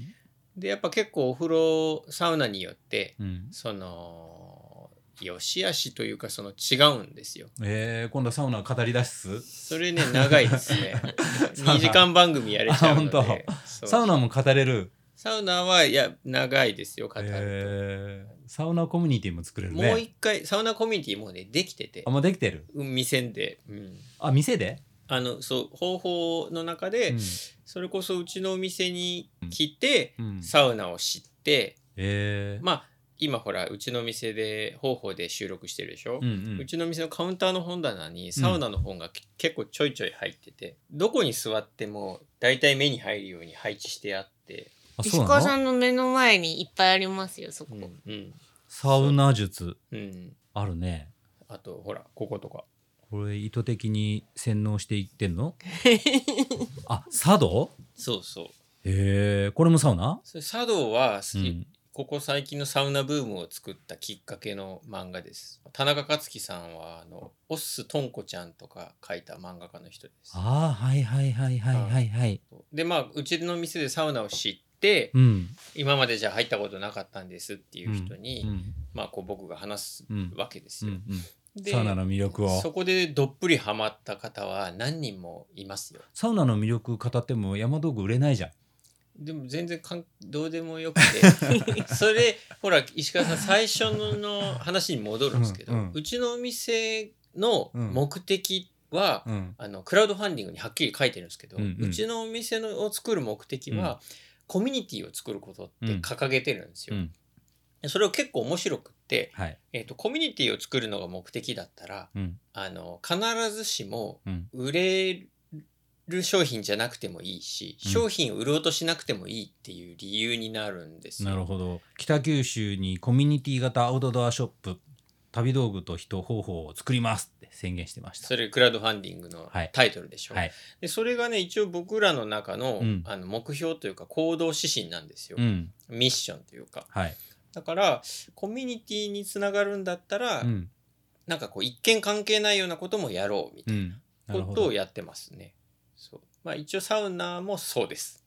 Speaker 2: でやっぱ結構お風呂サウナによって
Speaker 1: うんうん
Speaker 2: その良し悪しというかその違うんですよ
Speaker 1: えー、今度サウナ語り出す
Speaker 2: それね長いです ね
Speaker 1: サウナ
Speaker 2: 2時間番組やれちゃうの
Speaker 1: あ本
Speaker 2: でそう
Speaker 1: サウナも語れる、
Speaker 2: サウナはいや長いですよ語ると、
Speaker 1: えー、サウナコミュニティも作れるね
Speaker 2: もう一回サウナコミュニティもうねできてて
Speaker 1: あもうできてる
Speaker 2: うん店で、うん、
Speaker 1: あ店で、
Speaker 2: あのそう方法の中で、
Speaker 1: うん
Speaker 2: それこそうちのお店に来て、
Speaker 1: うん
Speaker 2: サウナを知って、
Speaker 1: えー
Speaker 2: まあ今ほらうちの店で方法で収録してるでしょ、
Speaker 1: う
Speaker 2: うん
Speaker 1: うん
Speaker 2: ちの店のカウンターの本棚にサウナの本がけ、結構ちょいちょい入っててどこに座っても大体目に入るように配置してあって、
Speaker 1: あ
Speaker 3: 石
Speaker 1: そう
Speaker 3: 川
Speaker 1: な
Speaker 3: さ
Speaker 1: の
Speaker 3: んの目の前にいっぱいありますよそこ、
Speaker 2: うんうん
Speaker 1: サウナ術
Speaker 2: うん
Speaker 1: あるね
Speaker 2: あとほらこことか
Speaker 1: これ意図的に洗脳していってん のあ茶道
Speaker 2: そうそう
Speaker 1: えー、これもサウナ、
Speaker 2: それ茶道は、す
Speaker 1: うん、
Speaker 2: ここ最近のサウナブームを作ったきっかけの漫画です田中克樹さんはあのオッスとんこちゃんとか書いた漫画家の人です
Speaker 1: ああはいはいはいはいはいはい
Speaker 2: でまあうちの店でサウナを知って、
Speaker 1: うん
Speaker 2: 今までじゃ入ったことなかったんですっていう人に、
Speaker 1: うん
Speaker 2: まあこう僕が話す
Speaker 1: うん
Speaker 2: わけです
Speaker 1: うん
Speaker 2: よ。
Speaker 1: うん
Speaker 2: で
Speaker 1: サウナの魅力を
Speaker 2: そこでどっぷりハマった方は何人もいますよ。
Speaker 1: サウナの魅力語っても山道具売れないじゃん
Speaker 2: でも全然かんどうでもよく てそれほら石川さん最初のの話に戻るんですけど、
Speaker 1: う
Speaker 2: うん
Speaker 1: うん
Speaker 2: ちのお店の目的は、
Speaker 1: うん
Speaker 2: あのクラウドファンディングにはっきり書いてるんですけど、
Speaker 1: う
Speaker 2: うん
Speaker 1: うん
Speaker 2: ちのお店のを作る目的は、
Speaker 1: うん
Speaker 2: コミュニティを作ることって掲げてるんですよ。
Speaker 1: うん
Speaker 2: それを結構面白くって、
Speaker 1: はい
Speaker 2: えー、とコミュニティを作るのが目的だったら
Speaker 1: うん
Speaker 2: あの必ずしも
Speaker 1: うん
Speaker 2: 売れる商品じゃなくてもいいし、
Speaker 1: うん
Speaker 2: 商品を売ろうとしなくてもいいっていう理由になるんですよ。
Speaker 1: なるほど北九州にコミュニティ型アウトドアショップ旅道具と人方法を作りますって宣言してました
Speaker 2: それクラウドファンディングの
Speaker 1: はい
Speaker 2: タイトルでしょ、
Speaker 1: はい
Speaker 2: でそれがね一応僕らの中の,、
Speaker 1: うん
Speaker 2: あの目標というか行動指針なんですよ、
Speaker 1: うん
Speaker 2: ミッションというか
Speaker 1: はい
Speaker 2: だからコミュニティにつながるんだったら、
Speaker 1: うん
Speaker 2: なんかこう一見関係ないようなこともやろうみたいな
Speaker 1: うんなる
Speaker 2: こ
Speaker 1: ほ
Speaker 2: と
Speaker 1: ど
Speaker 2: をやってますね。そうまあ一応サウナもそうです。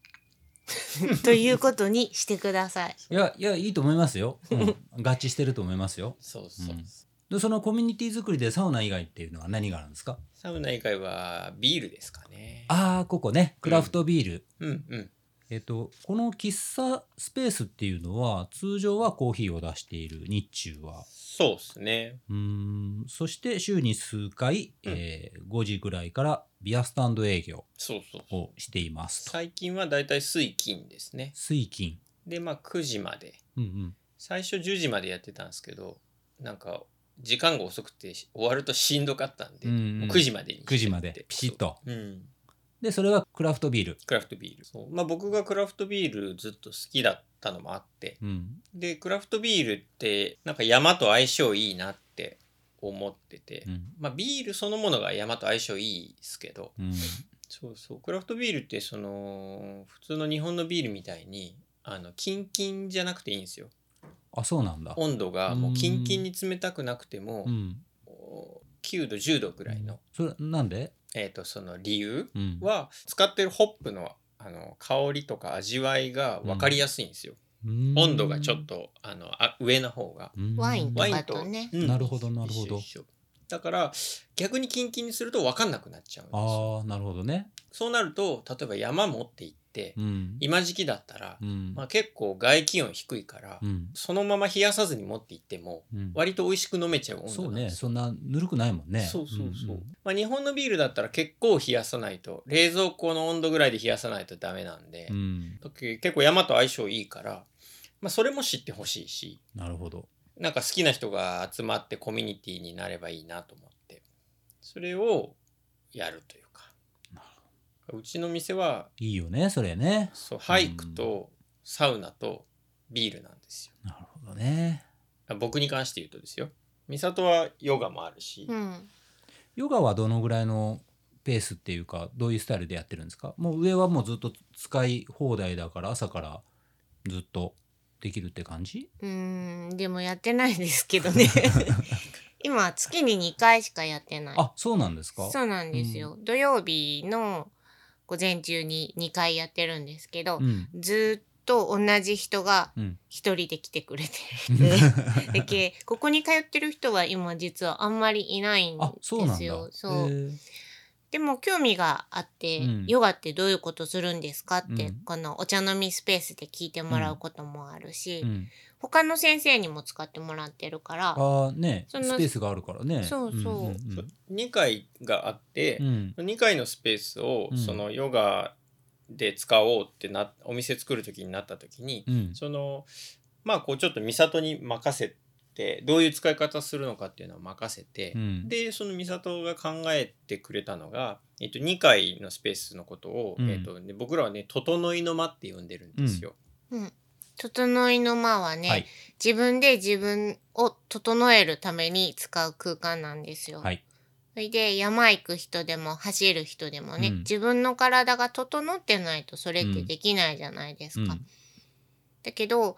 Speaker 3: ということにしてください。
Speaker 1: いやいやいいと思いますよ、 うん、合致してると思いますよ
Speaker 2: そうそう。
Speaker 1: うんでそのコミュニティ作りでサウナ以外っていうのは何があるんですか
Speaker 2: サウナ以外はビールですかね。
Speaker 1: ああここねクラフトビール、
Speaker 2: うんうん。
Speaker 1: えっとこの喫茶スペースっていうのは通常はコーヒーを出している日中は
Speaker 2: そうですね。
Speaker 1: うーんそして週に数回、
Speaker 2: うん
Speaker 1: えー5時ぐらいからビアスタンド営業
Speaker 2: そうそう。
Speaker 1: をしていますと
Speaker 2: 最近はだいたい水金ですね。
Speaker 1: 水金
Speaker 2: でまあ9時まで。
Speaker 1: うん
Speaker 2: 最初10時までやってたんですけど、なんか時間が遅くてし終わるとしんどかったんで、
Speaker 1: うんうん
Speaker 2: もう9時までにして
Speaker 1: 9時までピシッと。
Speaker 2: そううん。
Speaker 1: でそれはクラフトビール、
Speaker 2: クラフトビール。そうまあ僕がクラフトビールずっと好きだったのもあって、
Speaker 1: うん、
Speaker 2: でクラフトビールってなんか山と相性いいなって思ってて、
Speaker 1: うん
Speaker 2: まあ、ビールそのものが山と相性いいですけど
Speaker 1: うん
Speaker 2: そうそうクラフトビールってその普通の日本のビールみたいにあのキンキンじゃなくていいんですよ
Speaker 1: あそうなんだ。
Speaker 2: 温度がもうキンキンに冷たくなくても、
Speaker 1: うん、
Speaker 2: お9度10度ぐらいの、
Speaker 1: それなんで、
Speaker 2: えー、とその理由
Speaker 1: うん、
Speaker 2: は使ってるホップのあの香りとか味わいが分かりやすいんですよ、温度がちょっとあのあ上の方が、
Speaker 1: うん、
Speaker 3: ワインと
Speaker 2: ワ
Speaker 3: か
Speaker 2: イン
Speaker 3: と
Speaker 2: と
Speaker 3: ね
Speaker 2: うん
Speaker 1: なるほどなるほど
Speaker 2: 一緒一緒だから逆にキンキンにすると分かんなくなっちゃうんですよ
Speaker 1: ああなるほどね。
Speaker 2: そうなると例えば山持って行って、
Speaker 1: うん。
Speaker 2: 今時期だったら、
Speaker 1: うん。
Speaker 2: まあ、結構外気温低いから、
Speaker 1: うん。
Speaker 2: そのまま冷やさずに持って行っても
Speaker 1: うん
Speaker 2: 割と美味しく飲めちゃう温
Speaker 1: そ
Speaker 2: 度
Speaker 1: う
Speaker 2: なん
Speaker 1: ね。
Speaker 2: ですよ
Speaker 1: そんなぬるくないもんね。
Speaker 2: そうそうそう、
Speaker 1: ん
Speaker 2: まあ、日本のビールだったら結構冷やさないと冷蔵庫の温度ぐらいで冷やさないとダメなんで、
Speaker 1: うん。うん
Speaker 2: け結構山と相性いいから、まあ、それも知ってほしいし
Speaker 1: なるほど。
Speaker 2: なんか好きな人が集まってコミュニティになればいいなと思ってそれをやるというか
Speaker 1: なる
Speaker 2: うちの店はい
Speaker 1: いよねそれね。
Speaker 2: そう俳句とサウナとビールなんですよ
Speaker 1: なるほどね。
Speaker 2: あ僕に関して言うとですよ美里はヨガもあるし、
Speaker 3: うん
Speaker 1: ヨガはどのぐらいのペースっていうかどういうスタイルでやってるんですかもう上はもうずっと使い放題だから朝からずっとできるって感じ
Speaker 3: うーんでもやってないですけど ね今月に2回しかやってない
Speaker 1: あそうなんですか
Speaker 3: そうなんですよ、土曜日の午前中に2回やってるんですけど、
Speaker 1: うん
Speaker 3: ずーっと同じ人が
Speaker 1: うん
Speaker 3: 一人で来てくれてる でけここに通ってる人は今実はあんまりいないんで
Speaker 1: あそうな
Speaker 3: す
Speaker 1: んだ
Speaker 3: よ。そう
Speaker 1: へー
Speaker 3: でも興味があって、
Speaker 1: うん
Speaker 3: ヨガってどういうことするんですかって、
Speaker 1: うん
Speaker 3: このお茶飲みスペースで聞いてもらうこともあるし、
Speaker 1: うん、
Speaker 3: 他の先生にも使ってもらってるから
Speaker 1: ああね
Speaker 3: その
Speaker 1: スペースがあるからね
Speaker 3: そうそう
Speaker 2: 2回があって、
Speaker 1: んん
Speaker 2: 2回のスペースを、
Speaker 1: うん
Speaker 2: そのヨガで使おうってなお店作る時になった時に、
Speaker 1: うんうん
Speaker 2: そのまあこうちょっと美里に任せてどういう使い方するのかっていうのを任せて、
Speaker 1: うん
Speaker 2: でその美里が考えてくれたのが、えっと、2回のスペースのことを、
Speaker 1: うん
Speaker 2: えっとね、僕らはね「整いの間」って呼んでるんですよ。
Speaker 3: 整いの間はね、
Speaker 1: はい
Speaker 3: 自分で自分を整えるために使う空間なんですよ。
Speaker 1: はい
Speaker 3: それで山行く人でも走る人でもね、
Speaker 1: うん
Speaker 3: 自分の体が整ってないとそれってできないじゃないですか。
Speaker 1: うん
Speaker 3: だけど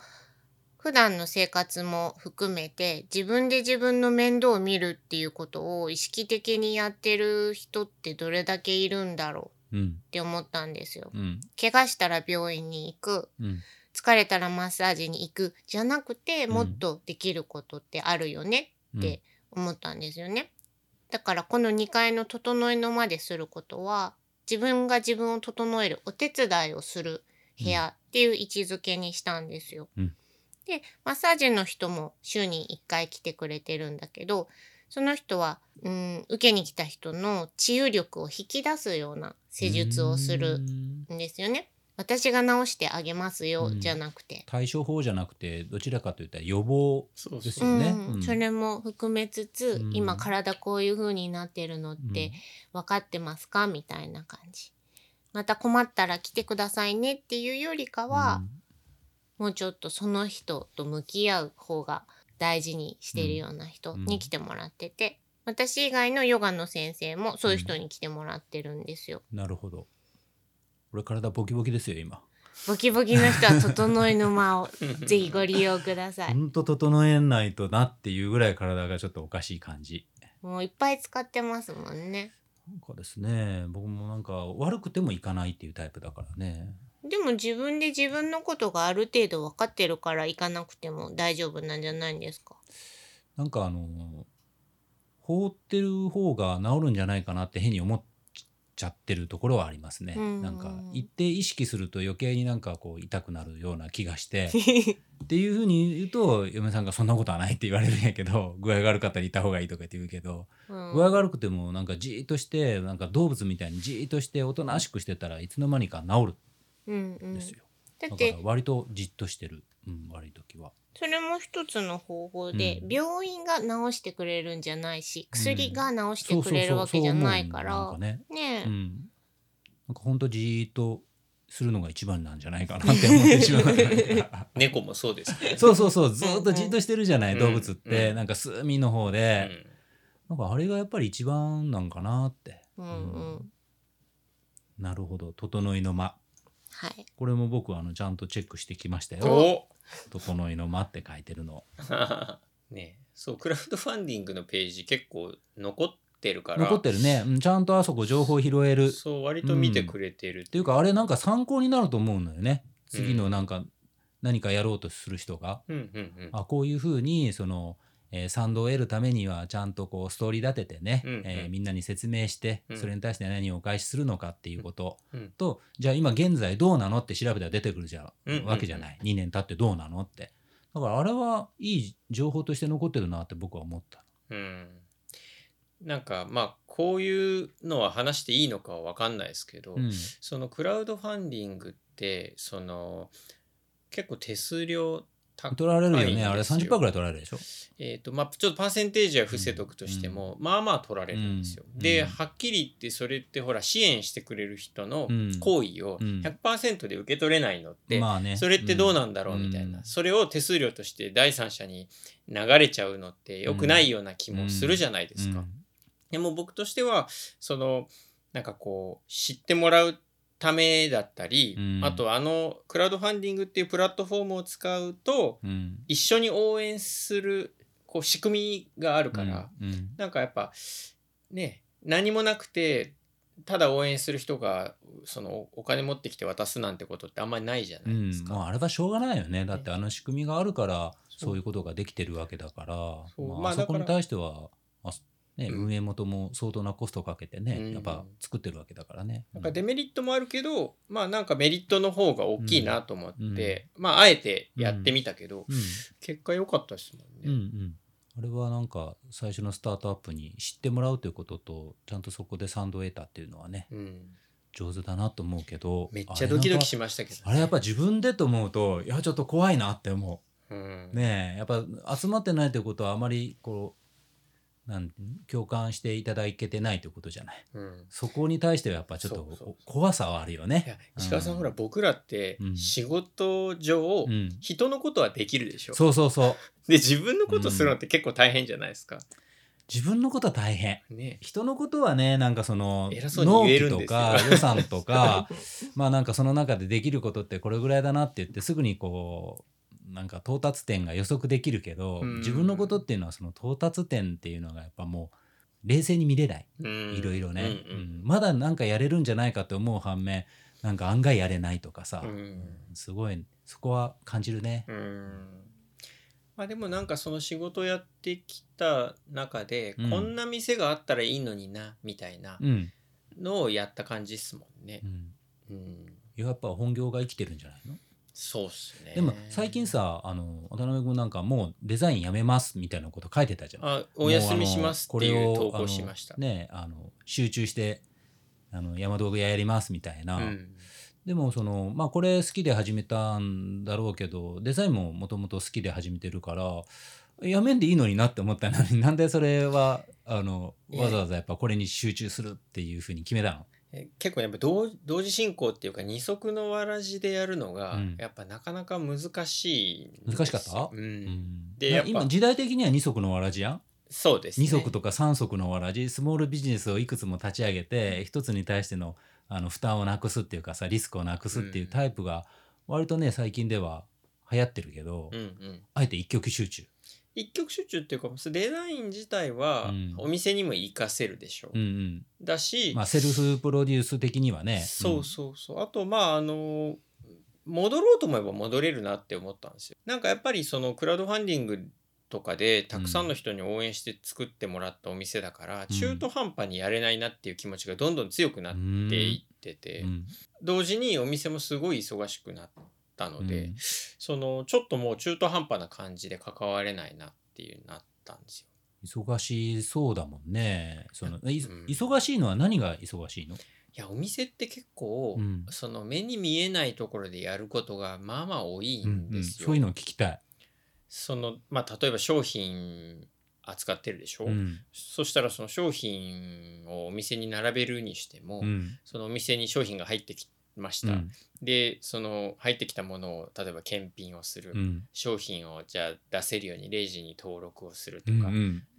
Speaker 3: 普段の生活も含めて自分で自分の面倒を見るっていうことを意識的にやってる人ってどれだけいるんだろう
Speaker 1: うん
Speaker 3: って思ったんですよ。
Speaker 1: うん
Speaker 3: 怪我したら病院に行く
Speaker 1: うん
Speaker 3: 疲れたらマッサージに行くじゃなくて
Speaker 1: うん
Speaker 3: もっとできることってあるよね
Speaker 1: うん
Speaker 3: って思ったんですよね。だからこの2階の整いの間ですることは自分が自分を整えるお手伝いをする部屋っていう位置づけにしたんですよ。
Speaker 1: うん
Speaker 3: でマッサージの人も週に1回来てくれてるんだけどその人はうん受けに来た人の治癒力を引き出すような施術をする
Speaker 1: うん
Speaker 3: んですよね。私が治してあげますよ、
Speaker 1: うん
Speaker 3: じゃなくて。
Speaker 1: 対処法じゃなくてどちらかといったら予防
Speaker 2: そう
Speaker 1: です
Speaker 3: う
Speaker 1: よ
Speaker 3: ん
Speaker 1: ねうん
Speaker 3: それも含めつつ、
Speaker 1: うん
Speaker 3: 今体こういう風になってるのって分かってますかみたいな感じまた困ったら来てくださいねっていうよりかは、もうちょっとその人と向き合う方が大事にしてるような人に来てもらってて、私以外のヨガの先生もそういう人に来てもらってるんですよ。
Speaker 1: うんなるほど俺体ボキボキですよ今
Speaker 3: ボキボキの人は整いの間 をぜひご利用くださ
Speaker 1: ほ
Speaker 3: い。
Speaker 1: んと整えないとなっていうぐらい体がちょっとおかしい感じ
Speaker 3: もういっぱい使ってますもんね。
Speaker 1: なんかですね僕もなんか悪くてもいかないっていうタイプだからね
Speaker 3: でも自分で自分のことがある程度分かってるから行かなくても大丈夫なんじゃないんですか
Speaker 1: なんかあの放ってる方が治るんじゃないかなって変に思っちゃってるところはありますね、
Speaker 3: うん
Speaker 1: なんか一定意識すると余計になんかこう痛くなるような気がして っていうふうに言うと嫁さんが「そんなことはない」って言われるんやけど 具合が悪かったらいた方がいいとかって言うけど
Speaker 3: うん
Speaker 1: 具合が悪くてもなんかじーっとしてなんか動物みたいにじーっとしておとなしくしてたらいつの間にか治
Speaker 3: うんう
Speaker 1: るん
Speaker 3: ん
Speaker 1: ですよ、
Speaker 3: だ
Speaker 1: だ
Speaker 3: っ
Speaker 1: か
Speaker 3: て
Speaker 1: ら割とじっとしてる、うん、悪い時は。
Speaker 3: それも一つの方法で、
Speaker 1: うん
Speaker 3: 病院が治してくれるんじゃないし
Speaker 1: うん
Speaker 3: 薬が治して
Speaker 1: そう
Speaker 3: く
Speaker 1: そう
Speaker 3: れる
Speaker 1: そう
Speaker 3: わ
Speaker 1: そ
Speaker 3: け
Speaker 1: う
Speaker 3: じゃ
Speaker 1: 思う
Speaker 3: ないから
Speaker 1: なんかね
Speaker 3: ね
Speaker 1: う
Speaker 3: え、
Speaker 1: ん、なんか本当じーっとするのが一番なんじゃないかなって思って しまう
Speaker 2: 猫もそうですね。
Speaker 1: そうそうそうずーっとじっとしてるじゃない、
Speaker 2: うん
Speaker 1: 動物って、
Speaker 2: うん
Speaker 1: なんか隅の方で、
Speaker 2: う
Speaker 1: なんかあれがやっぱり一番なんかなって
Speaker 3: うんうん。
Speaker 1: なるほど整いの間
Speaker 3: はい。
Speaker 1: これも僕はあのちゃんとチェックしてきましたよ
Speaker 2: お
Speaker 1: 「整いの間」って書いてるの
Speaker 2: ねそうクラウドファンディングのページ結構残ってるから
Speaker 1: 残ってるね、うんちゃんとあそこ情報拾えるっ
Speaker 2: そう割と見てくれてるってて
Speaker 1: いうかあれなんか参考になると思うのよね次
Speaker 2: う
Speaker 1: の
Speaker 2: ん
Speaker 1: なんか何かやろうとする人が、
Speaker 2: うんうんうん
Speaker 1: あこういうふうにその、えー賛同を得るためにはちゃんとこうストーリー立ててね、
Speaker 2: うんうん
Speaker 1: えーみんなに説明して、
Speaker 2: うん
Speaker 1: それに対して何をお返しするのかっていうこと、
Speaker 2: うん
Speaker 1: とじゃあ今現在どうなのって調べたら出てくるじゃ、
Speaker 2: うんうんうん
Speaker 1: わけじゃない2年経ってどうなのってだからあれはいい情報として残ってるなって僕は思った。
Speaker 2: うんなんかまあこういうのは話していいのかは分かんないですけど、
Speaker 1: うん
Speaker 2: そのクラウドファンディングってその結構手数料高
Speaker 1: 取られるよ
Speaker 2: いん
Speaker 1: ね
Speaker 2: です
Speaker 1: あれ30%ぐらい取られるでしょ
Speaker 2: えーとまあ、ちょっとパーセンテージは伏せとくとしても、まあまあ取られるんですよ。
Speaker 1: うん
Speaker 2: で
Speaker 1: うん
Speaker 2: はっきり言ってそれってほら支援してくれる人の
Speaker 1: うん
Speaker 2: 行為を
Speaker 1: うん
Speaker 2: 100%で受け取れないのって、
Speaker 1: まあね
Speaker 2: それってどうなんだろうみたいな、
Speaker 1: うん
Speaker 2: それを手数料として第三者に流れちゃうのって良くないような気もするじゃないですか。でも僕としてはそのなんかこう知ってもらうためだったり、
Speaker 1: うん
Speaker 2: あとあのクラウドファンディングっていうプラットフォームを使うと
Speaker 1: うんうん
Speaker 2: 一緒に応援するこう仕組みがあるから、
Speaker 1: うんうん
Speaker 2: なんかやっぱね何もなくてただ応援する人がそのお金持ってきて渡すなんてことってあんまりないじゃ
Speaker 1: う
Speaker 2: ないで
Speaker 1: ん
Speaker 2: す、か。
Speaker 1: まああれはしょうがないよねだってあの仕組みがあるからそういうことができてるわけだから
Speaker 2: そう
Speaker 1: まあ
Speaker 2: まあ
Speaker 1: あそこに
Speaker 2: だから
Speaker 1: 対してはあすね
Speaker 2: うん
Speaker 1: 運営元も相当なコストかけて
Speaker 2: う
Speaker 1: ね
Speaker 2: ん
Speaker 1: やっぱ作ってるわけだからね。
Speaker 2: なんかデメリットもあるけど、まあなんかメリットの方が大きいなと思って、まああえてやってみたけど、
Speaker 1: うん
Speaker 2: 結果良かったですもんね。
Speaker 1: うんうんあれはなんか最初のスタートアップに知ってもらうということとちゃんとそこで賛同を得たっていうのはね
Speaker 2: うん
Speaker 1: 上手だなと思うけど
Speaker 2: めっちゃドキドキし
Speaker 1: ま
Speaker 2: ましたけど、
Speaker 1: あれやっぱ自分でと思うといやちょっと怖いなって思う。
Speaker 2: うん、
Speaker 1: ねえやっぱ集まってないということはあまりこうなん共感していただけてないということじゃない
Speaker 2: うん
Speaker 1: そこに対してはやっぱちょっと
Speaker 2: そうそう
Speaker 1: お怖さはあるよ
Speaker 2: い
Speaker 1: ね
Speaker 2: や石川さん、
Speaker 1: うん
Speaker 2: ほら僕らって
Speaker 1: うん
Speaker 2: 仕事上、
Speaker 1: うん
Speaker 2: 人のことはできるでしょ
Speaker 1: そうそうそう
Speaker 2: で自分のことするのって結構大変じゃないですか、
Speaker 1: 自分のことは大変
Speaker 2: ね
Speaker 1: 人のことはねなんかその
Speaker 2: 偉そうに言えるんですよ
Speaker 1: 納期とか予算とかまあなんかその中でできることってこれぐらいだなって言ってすぐにこうなんか到達点が予測できるけど
Speaker 2: うん
Speaker 1: 自分のことっていうのはその到達点っていうのがやっぱもう冷静に見れないい
Speaker 2: い
Speaker 1: ろいろね、
Speaker 2: う
Speaker 1: うん
Speaker 2: ん
Speaker 1: まだなんかやれるんじゃないかと思う反面なんか案外やれないとかさ、
Speaker 2: うん
Speaker 1: すごいそこは感じるね
Speaker 2: う。んうんまあでもなんかその仕事やってきた中で、
Speaker 1: うん
Speaker 2: こんな店があったらいいのになみたいな
Speaker 1: うん、
Speaker 2: のをやった感じっすもんね
Speaker 1: う、ん、
Speaker 2: うん、
Speaker 1: やっぱ本業が生きてるんじゃないの、
Speaker 2: そうっすね
Speaker 1: でも最近さあの渡辺君なんかもうデザインやめますみたいなこと書いてたじゃん。
Speaker 2: あお休みしますっていう投稿しました
Speaker 1: もうあのこれをあのねあの集中してあの山道具屋やりますみたいな、
Speaker 2: うん
Speaker 1: でもそのまあこれ好きで始めたんだろうけどデザインももともと好きで始めてるからやめんでいいのになって思ったのになん でそれはあの
Speaker 2: いや
Speaker 1: わざわざやっぱこれに集中するっていうふうに決めたの
Speaker 2: え結構やっぱ同同時進行っていうか二足のわらじでやるのが、
Speaker 1: うん
Speaker 2: やっぱなかなか難しいんです
Speaker 1: 難しかった
Speaker 2: うん
Speaker 1: うん
Speaker 2: で
Speaker 1: な
Speaker 2: やっぱ
Speaker 1: 今時代的には二足のわらじやん
Speaker 2: そうです、ね、
Speaker 1: 二足とか三足のわらじスモールビジネスをいくつも立ち上げて一つに対してのあの負担をなくすっていうかさリスクをなくすっていうタイプが割とね最近では流行ってるけど、
Speaker 2: うんうん、
Speaker 1: あえて一極集中。
Speaker 2: 一極集中っていうかそのデザイン自体は
Speaker 1: うん
Speaker 2: お店にも活かせるでしょう、
Speaker 1: うんうん
Speaker 2: だし、
Speaker 1: まあ、セルフプロデュース的にはね。
Speaker 2: そうそうそうあとまああの戻ろうと思えば戻れるなって思ったんですよなんかやっぱりそのクラウドファンディングとかでたくさんの人に応援して作ってもらったお店だから、
Speaker 1: うん
Speaker 2: 中途半端にやれないなっていう気持ちがどんどん強くなっていってて、
Speaker 1: うん
Speaker 2: 同時にお店もすごい忙しくなったので、そのちょっともう中途半端な感じで関われないなっていうなったんですよ。
Speaker 1: 忙しそうだもんね。そのい
Speaker 2: うん
Speaker 1: 忙しいのは何が忙しいの？
Speaker 2: いやお店って結構、
Speaker 1: うん
Speaker 2: その目に見えないところでやることがまあまあ多い
Speaker 1: うんんう
Speaker 2: で
Speaker 1: ん
Speaker 2: すよ。
Speaker 1: そういうのを聞きたい。
Speaker 2: そのまあ、例えば商品扱ってるでしょ、
Speaker 1: うん
Speaker 2: そしたらその商品をお店に並べるにしても、
Speaker 1: うん
Speaker 2: そのお店に商品が入ってきまし
Speaker 1: う
Speaker 2: た、
Speaker 1: ん
Speaker 2: でその入ってきたものを例えば検品をする、
Speaker 1: うん
Speaker 2: 商品をじゃあ出せるようにレジに登録をすると
Speaker 1: うん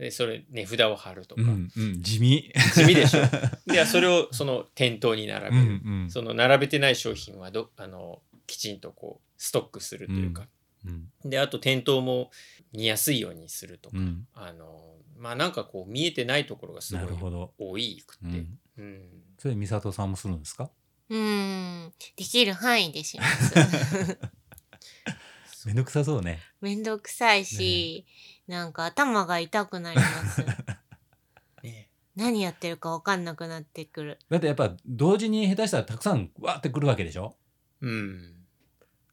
Speaker 2: か、でそれ値札を貼ると
Speaker 1: う
Speaker 2: か、
Speaker 1: んうん地味
Speaker 2: 地味で しょでそれをその店頭に並
Speaker 1: う
Speaker 2: べ
Speaker 1: ん
Speaker 2: る、
Speaker 1: うん
Speaker 2: その並べてない商品はどあのきちんとこうストックするというか、
Speaker 1: うん
Speaker 2: であと店頭も見やすいようにするとか、
Speaker 1: うん
Speaker 2: あのまあなんかこう見えてないところがす
Speaker 1: なる
Speaker 2: ご
Speaker 1: ほ
Speaker 2: い
Speaker 1: ど
Speaker 2: 多いく
Speaker 1: う
Speaker 2: て、
Speaker 1: ん
Speaker 2: うん
Speaker 1: それ美里さんもするんですか
Speaker 3: うーん。できる範囲でします。
Speaker 1: めんどくさそうね
Speaker 3: めんどくさいし、なんか頭が痛くなり ます。
Speaker 2: ね
Speaker 3: 何やってるかわかんなくなってくる。
Speaker 1: だってやっぱ同時に下手したらたくさんわーってくるわけでしょ、
Speaker 2: うん、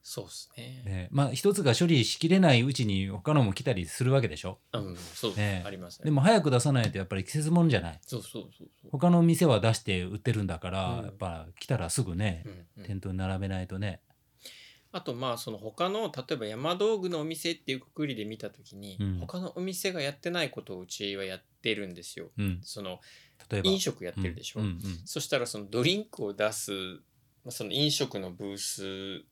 Speaker 2: そうですね
Speaker 1: ね、まあ一つが処理しきれないうちに他のも来たりするわけでしょ
Speaker 2: うん、そう、
Speaker 1: ね
Speaker 2: ありますね
Speaker 1: でも早く出さないとやっぱり季節もんじゃない
Speaker 2: そうそうそうそう、
Speaker 1: 他の店は出して売ってるんだから、
Speaker 2: うん
Speaker 1: やっぱ来たらすぐね
Speaker 2: う、んうん
Speaker 1: 店頭に並べないとね、
Speaker 2: あとまあその他の例えば山道具のお店っていうくくりで見た時に、
Speaker 1: うん
Speaker 2: 他のお店がやってないことをうちはやってるんですよ
Speaker 1: うん、
Speaker 2: その
Speaker 1: 例えば
Speaker 2: 飲食やってるでしょ、
Speaker 1: うんうん
Speaker 2: そしたらそのドリンクを出すまあその飲食のブース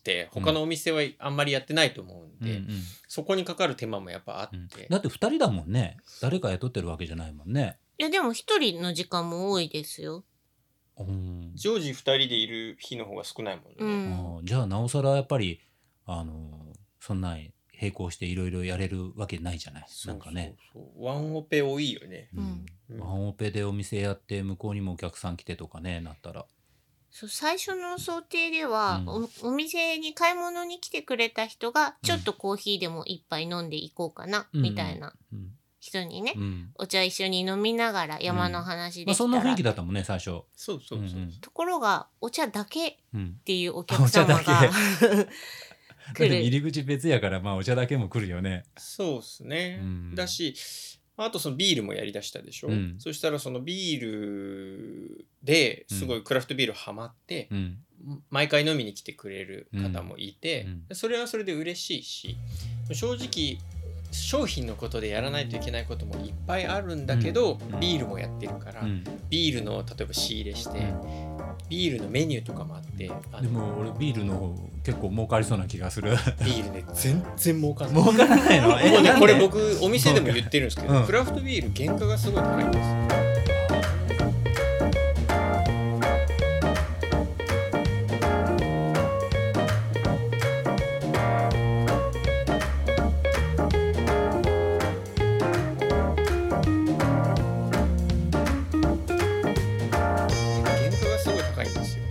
Speaker 2: って他のお店はあんまりやってないと思う
Speaker 1: う
Speaker 2: ん
Speaker 1: ん
Speaker 2: で、
Speaker 1: うん
Speaker 2: そこにかかる手間もやっぱあって、
Speaker 1: うんだって2人だもんね誰か雇ってるわけじゃないもんね、
Speaker 3: いや、でも一人の時間も多いですよ。
Speaker 1: うん、
Speaker 2: 常時2人でいる日の方が少ないもんね、
Speaker 3: うん。
Speaker 1: あーじゃあなおさらやっぱりあのそんなん並行していろいろやれるわけないじゃない
Speaker 2: そう
Speaker 1: なんかね
Speaker 2: そうそうワンオペ多いよね
Speaker 3: そううん
Speaker 1: うんワンオペでお店やって向こうにもお客さん来てとかねなったら
Speaker 3: そう最初の想定では、
Speaker 1: う
Speaker 3: おお店に買い物に来てくれた人がちょっとコーヒーでも一杯飲んでいこうかな、
Speaker 1: うん
Speaker 3: みたいな
Speaker 1: うん、
Speaker 3: 人にね、
Speaker 1: うん
Speaker 3: お茶一緒に飲みながら山の話
Speaker 1: ま
Speaker 3: で
Speaker 1: あ、
Speaker 3: きた
Speaker 1: そ
Speaker 3: ら、
Speaker 1: んな雰囲気だったもんね最初、
Speaker 2: そうそうそうそう、
Speaker 1: うん
Speaker 3: ところがお茶だけっ
Speaker 1: うん、
Speaker 3: ていうお客様
Speaker 1: お茶だ
Speaker 3: が
Speaker 1: で
Speaker 3: 来
Speaker 1: も
Speaker 3: る
Speaker 1: 入り口別やからまあお茶だけも来るよね
Speaker 2: そうですね、
Speaker 1: うん
Speaker 2: だしあとそのビールもやりだしたでしょ、
Speaker 1: うん
Speaker 2: そしたらそのビールですごいクラフトビールハマって、
Speaker 1: うん
Speaker 2: 毎回飲みに来てくれる方もいて、
Speaker 1: うん
Speaker 2: それはそれで嬉しいし正直商品のことでやらないといけないこともいっぱいあるんだけど、
Speaker 1: うん
Speaker 2: ビールもやってるから、
Speaker 1: うん
Speaker 2: ビールの例えば仕入れして、
Speaker 1: うん
Speaker 2: ビールのメニューとかもあって、あ
Speaker 1: で
Speaker 2: の
Speaker 1: も俺ビールの方結構儲かりそうな気がする
Speaker 2: ビールね全然儲かん ない
Speaker 1: 儲からないの
Speaker 2: もうね、これ
Speaker 1: 僕
Speaker 2: 僕お店でも言ってるんですけど、
Speaker 1: うん
Speaker 2: クラフトビール原価がすごい高いんですよ原価がすごい高いんですよ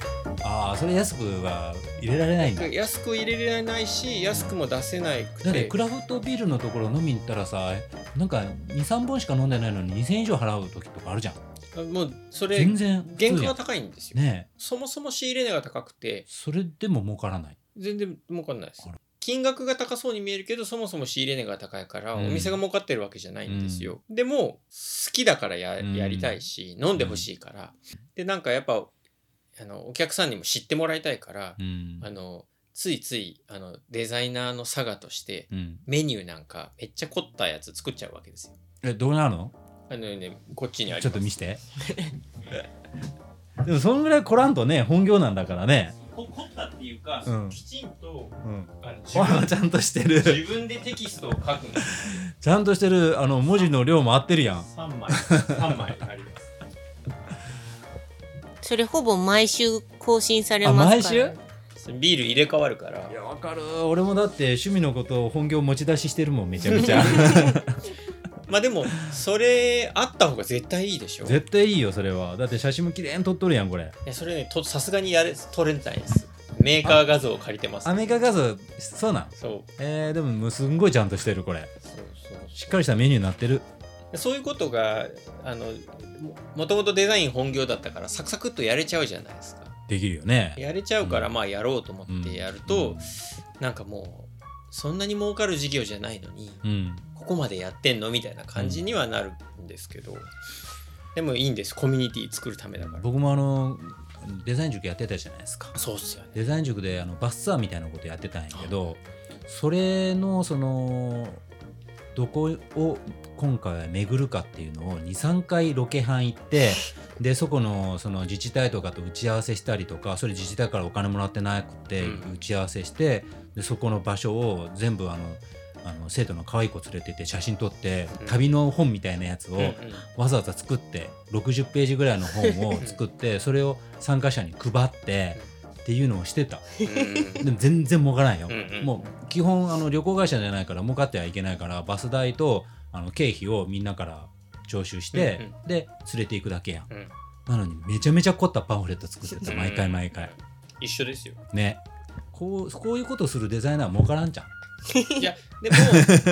Speaker 1: ああそれ安くは入れられないんだ
Speaker 2: 安く入れられないし安くも出せないく
Speaker 1: だっててクラフトビールのところ飲みに行ったらさなんか23本しか飲んでないのに2000以上払う時とかあるじゃん
Speaker 2: あもうそれ
Speaker 1: 全然普通じゃん
Speaker 2: 原価が高いんですよ、
Speaker 1: ねえ
Speaker 2: そもそも仕入れ値が高くて
Speaker 1: それでも儲からない
Speaker 2: 全然儲かんないです
Speaker 1: あら
Speaker 2: 金額が高そうに見えるけどそもそも仕入れ値が高いからお
Speaker 1: うん
Speaker 2: 店が儲かってるわけじゃないんですよ、でも好きだからや
Speaker 1: うん
Speaker 2: やりたいし、飲んでほしいから、でなんかやっぱあのお客さんにも知ってもらいたいから
Speaker 1: う、ん
Speaker 2: あのついついあのデザイナーの佐賀として
Speaker 1: うん
Speaker 2: メニューなんかめっちゃ凝ったやつ作っちゃうわけですよ
Speaker 1: えどうなるの
Speaker 2: あのねこっちにあり
Speaker 1: ちょっ
Speaker 2: ま
Speaker 1: と見
Speaker 2: す
Speaker 1: して でもそんぐらい来らんとね本業なんだからね
Speaker 2: こ凝ったっていうか
Speaker 1: うん
Speaker 2: きちんと
Speaker 1: うん
Speaker 2: あの自
Speaker 1: ほら
Speaker 2: 分
Speaker 1: ちゃんとしてる
Speaker 2: 自分でテキストを書くんです
Speaker 1: ちゃんとしてるあの文字の量も合ってるやん
Speaker 2: 3枚3枚あります
Speaker 3: それほぼ毎週更新されますから、
Speaker 1: あ毎週
Speaker 2: ビール入れ替わるから
Speaker 1: いやわかる俺もだって趣味のことを本業持ち出ししてるもんめちゃめ ちゃ
Speaker 2: まあでもそれあった方が絶対いいでしょい
Speaker 1: 絶対いいよそれはだって写真も綺麗に撮っとるやんこれ
Speaker 2: やそれねとさすがにやれ取れないですメーカー画像を借りてます
Speaker 1: アメリカ画像そうなん
Speaker 2: そう
Speaker 1: えー、でももうすんごいちゃんとしてるこれ
Speaker 2: そうそう
Speaker 1: しっかりしたメニューになってる
Speaker 2: そういうことがあのももともとデザイン本業だったからサクサクっとやれちゃうじゃないですか
Speaker 1: できるよね
Speaker 2: やれちゃうから、
Speaker 1: うん
Speaker 2: まあやろうと思ってやると、
Speaker 1: うん
Speaker 2: なんかもうそんなに儲かる事業じゃないのに、
Speaker 1: うん
Speaker 2: ここまでやってんのみたいな感じにはなるんですけど、でもいいんですコミュニティ作るためだから
Speaker 1: 僕もあのデザイン塾やってたじゃないですか
Speaker 2: そうっすよね
Speaker 1: デザイン塾であのバスツアーみたいなことやってたんやけどそれのそのどこを今回は巡るかっていうのを23回ロケハン行っ てでそこのその自治体とかと打ち合わせしたりとかそれ自治体からお金もらってなくて
Speaker 2: うん
Speaker 1: 打ち合わせしてでそこの場所を全部あのあの生徒の可愛い子連れてって写真撮って
Speaker 2: うん
Speaker 1: 旅の本みたいなやつを
Speaker 2: うんうん
Speaker 1: わざわざ作って60ページぐらいの本 を作ってそれを参加者に配ってっていうのをしてたでも全然儲からんよ、
Speaker 2: うんうん
Speaker 1: もう基本あの旅行会社じゃないから儲かってはいけないからバス代とあの経費をみんなから徴収して、
Speaker 2: うん
Speaker 1: で連れていくだけやん
Speaker 2: うんうん
Speaker 1: なのにめちゃめちゃ凝ったパンフレット作ってた
Speaker 2: うん
Speaker 1: 毎回毎回
Speaker 2: 一緒ですよ
Speaker 1: ねこうこういうことするデザイナーは儲からんじゃん
Speaker 2: いやで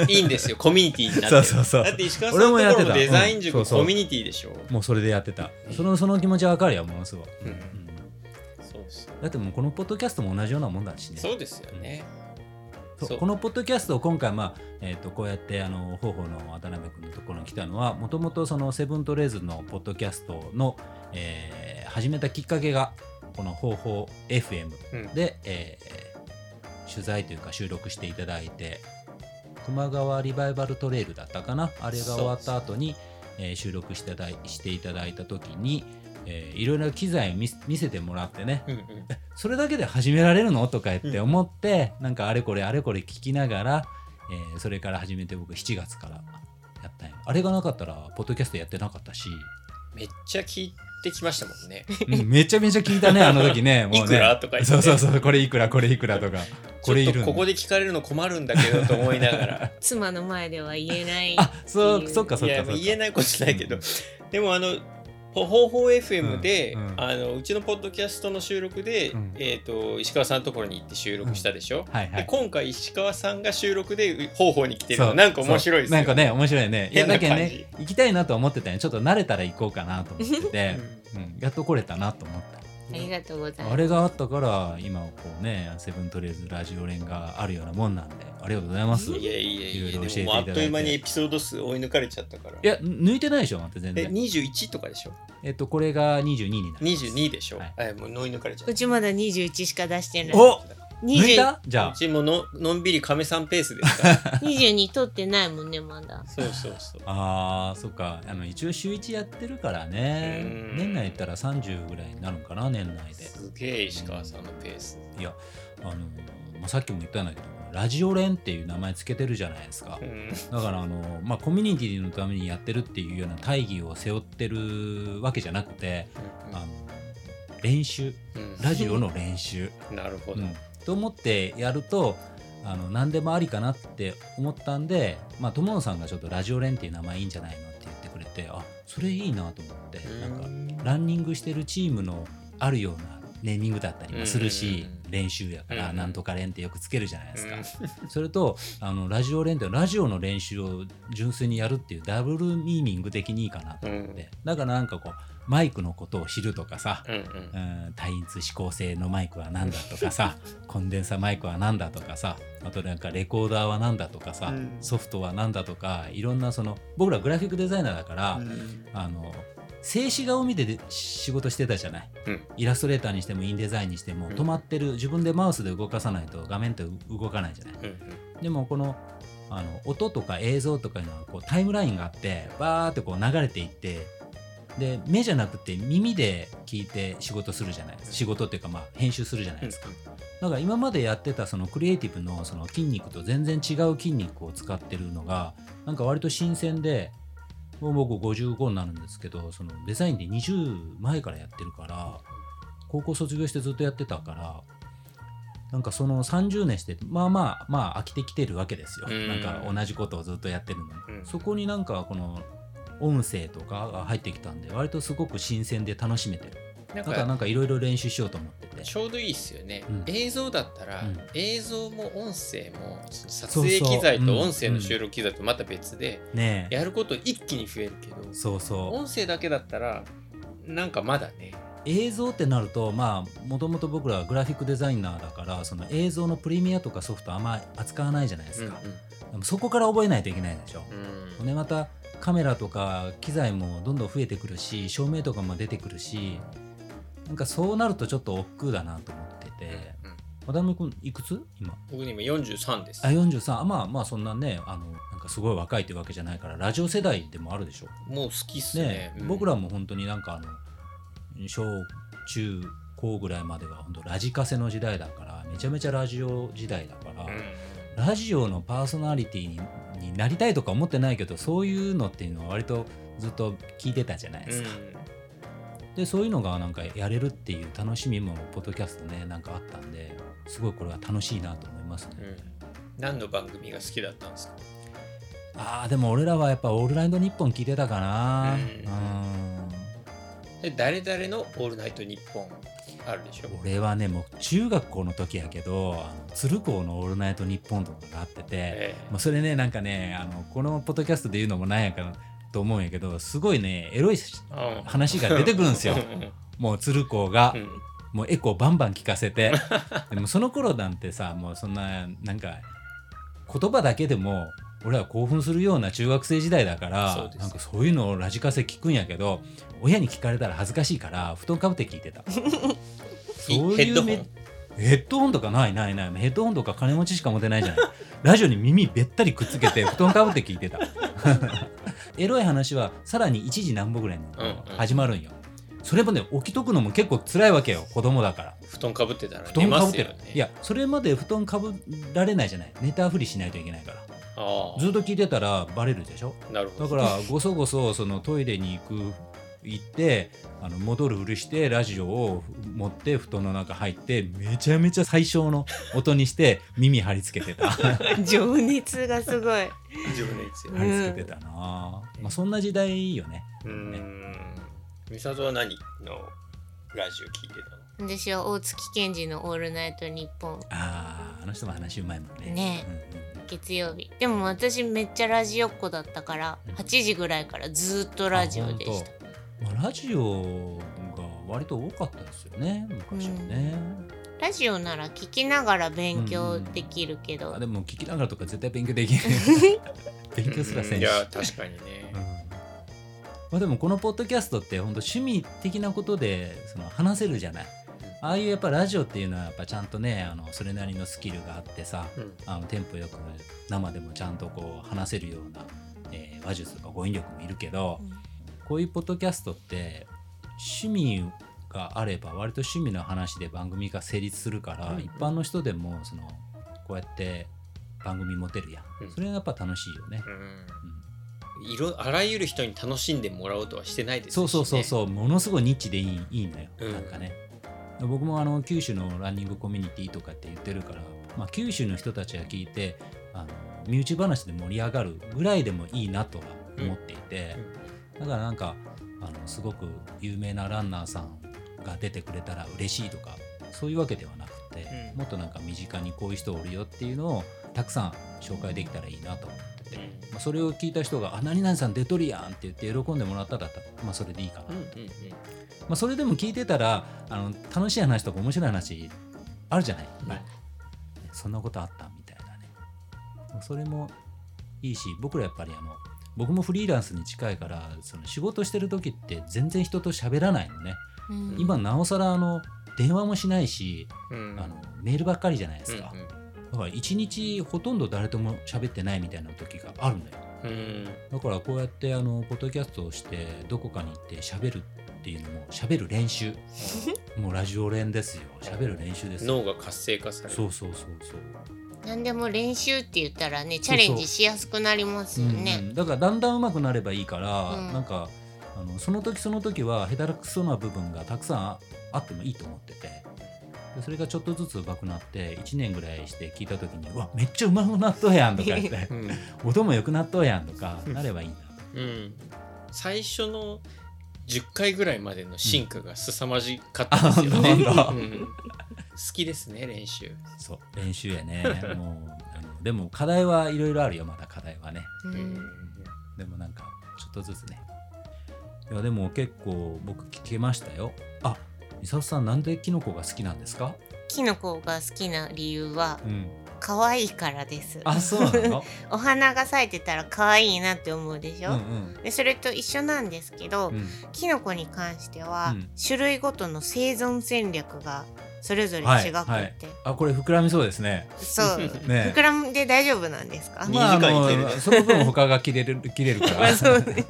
Speaker 2: もいい んですよコミュニティになって
Speaker 1: そう
Speaker 2: る
Speaker 1: そうそう
Speaker 2: だって石川さんのとこ
Speaker 1: 俺もやって
Speaker 2: ろ
Speaker 1: た
Speaker 2: のデザイン
Speaker 1: うん
Speaker 2: 塾
Speaker 1: そうそう
Speaker 2: コミュニティでしょ
Speaker 1: もうそれでやってたそのその気持ちはわかるよものすごい、
Speaker 2: うん
Speaker 1: うん
Speaker 2: そうそう
Speaker 1: だってもうこのポッドキャストも同じようなもんだしね
Speaker 2: そうですよね
Speaker 1: そう
Speaker 2: そう
Speaker 1: このポッドキャストを今回、まあえー、とこうやってあの方法の渡辺君のところに来たのはもともとそのセブントレーズのポッドキャストの、えー始めたきっかけがこの方法 FM
Speaker 2: うん
Speaker 1: で、えー取材というか収録していただいて熊川リバイバルトレイルだったかなあれが終わった後に、えー収録してだいしていただいた時に、えーいろいろ機材を見せ見せてもらってね
Speaker 2: うんうん
Speaker 1: それだけで始められるのとか言って思って、なんかあれこれあれこれ聞きながら、えーそれから始めて僕7月からやったんよあれがなかったらポッドキャストやってなかった し
Speaker 2: めっちゃ聞いてきましたもんね
Speaker 1: うんめちゃめちゃ聞いたねあの時 ねもうね
Speaker 2: いくらとか言って
Speaker 1: そうそうそうこれいくらこれいくらとか これい
Speaker 2: ちょ
Speaker 1: る
Speaker 2: っとここで聞かれるの困るんだけどと思いな がら
Speaker 3: 妻の前では言えない
Speaker 1: あそ
Speaker 3: っていう
Speaker 1: うそっかそ
Speaker 2: い
Speaker 1: っか
Speaker 2: や
Speaker 1: そっか
Speaker 2: 言えないことないけど
Speaker 1: うん
Speaker 2: でもあのほ方法 FM で、
Speaker 1: うんうん
Speaker 2: あのうちのポッドキャストの収録で、
Speaker 1: うん
Speaker 2: えー、と石川さんのところに行って収録したでしょ、
Speaker 1: はいは
Speaker 2: で
Speaker 1: い
Speaker 2: 今回石川さんが収録で方法に来てる
Speaker 1: そ
Speaker 2: の
Speaker 1: う
Speaker 2: なんか面白いですよ
Speaker 1: そうなんかね面白いねいや
Speaker 2: 変な
Speaker 1: だけど
Speaker 2: 感
Speaker 1: ね
Speaker 2: じ
Speaker 1: 行きたいなと思ってたねちょっと慣れたら行こうかなと思って
Speaker 2: う
Speaker 1: て
Speaker 2: ん、
Speaker 1: うん、やっと来れたなと思った
Speaker 3: ありがとうございます
Speaker 1: あれがあったから今こうねセブントレーズラジオ連があるようなもんなんでありがとうございます
Speaker 2: い
Speaker 1: い
Speaker 2: やいやいや
Speaker 1: いろいろ教えて
Speaker 2: で
Speaker 1: いた
Speaker 2: もも
Speaker 1: だ
Speaker 2: うあ
Speaker 1: い
Speaker 2: ってという間にエピソード数追い抜かれちゃったから
Speaker 1: や抜いてないでしょ待って全
Speaker 2: え
Speaker 1: 然
Speaker 2: 21とかでしょ
Speaker 1: えっとこれが22になる
Speaker 2: 22でしょ、
Speaker 1: はい
Speaker 2: えもう追い抜かれちゃっ
Speaker 3: う
Speaker 2: た
Speaker 3: ちまだ21しか出してない
Speaker 1: お抜い
Speaker 3: 20
Speaker 1: たじゃ
Speaker 2: う
Speaker 1: あ
Speaker 2: ちもののんびり亀さんペースです から
Speaker 3: 22取ってないもんねまだ
Speaker 2: そうそうそう
Speaker 1: あーそっかあの一応週1やってるからね
Speaker 2: うん
Speaker 1: 年内言ったら30ぐらいになるんかな年内です
Speaker 2: げえ石川さんのペース
Speaker 1: いやあの、まあ、さっきも言ったんだけどラジオ連っていう名前つけてるじゃないですか
Speaker 2: うん
Speaker 1: だからあの、まあ、コミュニティのためにやってるっていうような大義を背負ってるわけじゃなくてあの練習
Speaker 2: うん
Speaker 1: ラジオの練習、
Speaker 2: なるほ
Speaker 1: う
Speaker 2: ど、
Speaker 1: んと思ってやるとあの何でもありかなって思ったんで、まあ、友野さんがちょっと「ラジオ連」っていう名前いいんじゃないのって言ってくれてあそれいいなと思ってなんかランニングしてるチームのあるようなネーミングだったりもするし、
Speaker 2: うんうんうん
Speaker 1: 練習やか
Speaker 2: うん
Speaker 1: ら
Speaker 2: うん
Speaker 1: なんとか連ってよくつけるじゃないですか、
Speaker 2: うん
Speaker 1: それとあのラジオ連ってラジオの練習を純粋にやるっていうダブルミーニング的にいいかなと
Speaker 2: うん
Speaker 1: 思ってだからなんかこうマイクのことを知るとかさ、
Speaker 2: うんうん
Speaker 1: うん単一指向性のマイクは何だとか さコンデンサマイクは何だとかさあとなんかレコーダーは何だとかさ、
Speaker 2: うん
Speaker 1: ソフトは何だとかいろんなその僕らグラフィックデザイナーだから、あの静止画を見てで仕事してたじゃない、
Speaker 2: うん
Speaker 1: イラストレーターにしてもインデザインにしても
Speaker 2: うん
Speaker 1: 止まってる自分でマウスで動かさないと画面って動かないじゃない
Speaker 2: うん
Speaker 1: でもこのあの音とか映像とかいうのはこうタイムラインがあってバーってこう流れていってで目じゃなくて耳で聞いて仕事するじゃないですか仕事っていうかまあ編集するじゃないですか、だから今までやってたそのクリエイティブのその筋肉と全然違う筋肉を使ってるのがなんか割と新鮮でもう僕55になるんですけどそのデザインで20前からやってるから高校卒業してずっとやってたからなんかその30年してまあまあまあ飽きてきてるわけですよ
Speaker 2: うん
Speaker 1: なんか同じことをずっとやってるのに
Speaker 2: うん
Speaker 1: そこになんかこの音声とかが入ってきたんで割とすごく新鮮で楽しめてる
Speaker 2: なん
Speaker 1: だからな
Speaker 2: か
Speaker 1: んかいろいろ練習しようと思ってて
Speaker 2: ちょうどいいっすよね、
Speaker 1: うん
Speaker 2: 映像だったら、
Speaker 1: うん
Speaker 2: 映像も音声もその撮
Speaker 1: そうそう
Speaker 2: 影機材
Speaker 1: うん
Speaker 2: と音声の収録機材とまた別で、
Speaker 1: ねえ
Speaker 2: やること一気に増えるけど
Speaker 1: そうそう
Speaker 2: 音声だけだったらなんかまだね
Speaker 1: 映像ってなるとまあもともと僕らはグラフィックデザイナーだからその映像のプレミアとかソフトあんま扱わないじゃないですか、でもそこから覚えないといけないでしょ、
Speaker 2: うんうん
Speaker 1: でまたカメラとか機材もどんどん増えてくるし照明とかも出てくるしなんかそうなるとちょっと億劫だなと思ってて、
Speaker 2: うん
Speaker 1: 渡辺君いくつ今
Speaker 2: 僕今43です
Speaker 1: あ43あまあまあそんなねあのなんかすごい若いというわけじゃないからラジオ世代でもあるでしょ
Speaker 2: もう好きっすね
Speaker 1: ね、
Speaker 2: うん
Speaker 1: 僕らも本当になんかあの小中高ぐらいまでは本当ラジカセの時代だからめちゃめちゃラジオ時代だから、
Speaker 2: うん
Speaker 1: ラジオのパーソナリティにになりたいとか思ってないけどそういうのっていうのは割とずっと聞いてたじゃないですか、でそういうのがなんかやれるっていう楽しみもポッドキャストねなんかあったんですごいこれは楽しいなと思いますね、
Speaker 2: うんうん何の番組が好きだったんですか
Speaker 1: あーでも俺らはやっぱ「オールラインドニッポン」聞いてたかな
Speaker 2: う
Speaker 1: うん
Speaker 2: で誰々の「オールナイトニッポン」あるでしょ
Speaker 1: 俺はねもう中学校の時やけどあの鶴光の「オールナイトニッポン」とかがあってて、
Speaker 2: え
Speaker 1: まあ、それねなんかねあのこのポッドキャストで言うのもなんやかなと思うんやけどすごいねエロいし
Speaker 2: えうん
Speaker 1: 話が出てくるん ですよ
Speaker 2: う
Speaker 1: もう鶴光が、
Speaker 2: ん
Speaker 1: もうエコーバンバン聞かせ てでもその頃なんてさもうそんななんか言葉だけでも俺は興奮するような中学生時代だから
Speaker 2: そうです
Speaker 1: なんかそういうのをラジカセ聞くんやけど親に聞かれたら恥ずかしいから布団かぶって聞いて たそう
Speaker 2: ヘッ
Speaker 1: いう
Speaker 2: ドホ
Speaker 1: め
Speaker 2: ン
Speaker 1: ヘッドホンとかないないないヘッドホンとか金持ちしか持てないじゃないラジオに耳べったりくっつけ て布団かぶって聞いてたエロい話はさらに1時何歩ぐらいに
Speaker 2: うんうん
Speaker 1: 始まるんよ、それもね起きとくのも結構辛いわけよ子供だから
Speaker 2: 布団かぶってたら
Speaker 1: 布
Speaker 2: 寝
Speaker 1: 団か
Speaker 2: ま
Speaker 1: ぶっ
Speaker 2: す
Speaker 1: て
Speaker 2: よ
Speaker 1: る、
Speaker 2: ね
Speaker 1: いやそれまで布団かぶられないじゃないネタふりしないといけないから
Speaker 2: ああ
Speaker 1: ずっと聞いてたらバレるでしょ
Speaker 2: なるほ
Speaker 1: だ
Speaker 2: ど
Speaker 1: からごそごそそのトイレに行く行ってあの戻るふりしてラジオを持って布団の中入ってめちゃめちゃ最小の音にして耳張り付けてた張
Speaker 3: 情熱がすごい。
Speaker 2: 自分のいつよ
Speaker 3: うん
Speaker 1: り付けてたな、まあ、そんな時代よね
Speaker 2: うーん美里は何のラジオ聞いてたの
Speaker 3: 私は大月健二の「オールナイトニッポン
Speaker 1: あーあの人も話うまいもんね
Speaker 3: ね
Speaker 1: うんうん」
Speaker 3: 月曜日でも私めっちゃラジオっ子だったから8時ぐらいからずーっとラジオで
Speaker 1: あ
Speaker 3: し
Speaker 1: 本当まあ、ラジオが割と多かったですよね昔はね、
Speaker 3: たラジオなら聞きながら勉強できるけど、
Speaker 1: あでも聞きながらとか絶対勉強で きない勉強すらせん
Speaker 2: い
Speaker 1: し、
Speaker 2: や確かにね
Speaker 1: うんまあ、でもこのポッドキャストって本当趣味的なことでその話せるじゃないああいうやっぱラジオっていうのはやっぱちゃんとねあのそれなりのスキルがあってさ
Speaker 2: うん
Speaker 1: あのテンポよく生でもちゃんとこう話せるような、えー話術とか語彙力もいるけど、
Speaker 3: うん
Speaker 1: こういうポッドキャストって趣味があれば割と趣味の話で番組が成立するから、
Speaker 2: うん
Speaker 1: 一般の人でもそのこうやって番組持てるやん、
Speaker 2: うん
Speaker 1: それがやっぱ楽しいよね、
Speaker 2: うん
Speaker 1: うん
Speaker 2: いろあらゆる人に楽しんでもらおうとはしてないですし、
Speaker 1: そ
Speaker 2: ね、
Speaker 1: うそうそうそうものすごいニッチでいいいいのよ、
Speaker 2: うん
Speaker 1: なんかね僕もあの九州のランニングコミュニティとかって言ってるから、まあ、九州の人たちが聞いてあの身内話で盛り上がるぐらいでもいいなとは思っていて、だからなんかあのすごく有名なランナーさんが出てくれたら嬉しいとかそういうわけではなくて、
Speaker 2: うん
Speaker 1: もっとなんか身近にこういう人おるよっていうのをたくさん紹介できたらいいなと思ってて。
Speaker 2: う
Speaker 1: まあ、それを聞いた人が「あ何々さん出とるやん」って言って喜んでもらったら、まあ、それでいいかな、
Speaker 2: んう
Speaker 1: ま
Speaker 2: んうんうん
Speaker 1: あ、それでも聞いてたらあの楽しい話とか面白い話あるじゃない、
Speaker 2: はい
Speaker 1: ねそんなことあったみたいなね、まあそれもいいし僕らやっぱりあの僕もフリーランスに近いからその仕事してる時って全然人と喋らないのね、
Speaker 3: うん
Speaker 1: 今なおさらあの電話もしないし、
Speaker 2: うん
Speaker 1: あのメールばっかりじゃないで
Speaker 2: う
Speaker 1: す
Speaker 2: ん
Speaker 1: か、だから一日ほとんど誰とも喋ってないみたいな時があるんだよ
Speaker 2: うんうん
Speaker 1: だからこうやってあのポッドキャストをしてどこかに行って喋るっていうのも喋る練習もうラジオ練ですよ喋る練習ですよ
Speaker 2: 脳が活性化される
Speaker 1: そうそうそうそう
Speaker 3: 何でも練習って言ったらねチャレンジしやすくなりますよ
Speaker 1: う
Speaker 3: ね
Speaker 1: んうんだからだんだん上手くなればいいから、
Speaker 3: うん
Speaker 1: なんかあのその時その時は下手くそな部分がたくさんああってもいいと思っててでそれがちょっとずつ上手くなって1年ぐらいして聞いた時に「うわめっちゃ上手くなっとうやん」とか言って
Speaker 2: うん
Speaker 1: 「音も良くなっとうやん」とかなればいいなと。
Speaker 2: うん、最初の10回ぐらいまでの進化が凄まじかったですよね。
Speaker 1: あ本当
Speaker 2: うん好きですね練習。
Speaker 1: そう練習やねもうあのでも課題はいろいろあるよまだ課題はね
Speaker 3: う
Speaker 2: うん
Speaker 1: でもなんかちょっとずつねいやでも結構僕聞けましたよあみさとさんなんでキノコが好きなんですか
Speaker 3: キノコが好きな理由は
Speaker 1: うん
Speaker 3: 可愛いからです
Speaker 1: あそうな の
Speaker 3: お花が咲いてたら可愛いなって思うでし
Speaker 1: うんう
Speaker 3: ょ、
Speaker 1: ん
Speaker 3: でそれと一緒なんですけど、
Speaker 1: うん
Speaker 3: キノコに関しては、
Speaker 1: うん
Speaker 3: 種類ごとの生存戦略がそれぞれ違くって、
Speaker 1: はいあこれ膨らみそうですね。
Speaker 3: そう、
Speaker 1: ね
Speaker 3: 膨らんで大丈夫なんですか、
Speaker 2: まあ二時間いける
Speaker 1: あのその分他が切れる切れるか
Speaker 3: まあ
Speaker 1: ら。
Speaker 3: そうね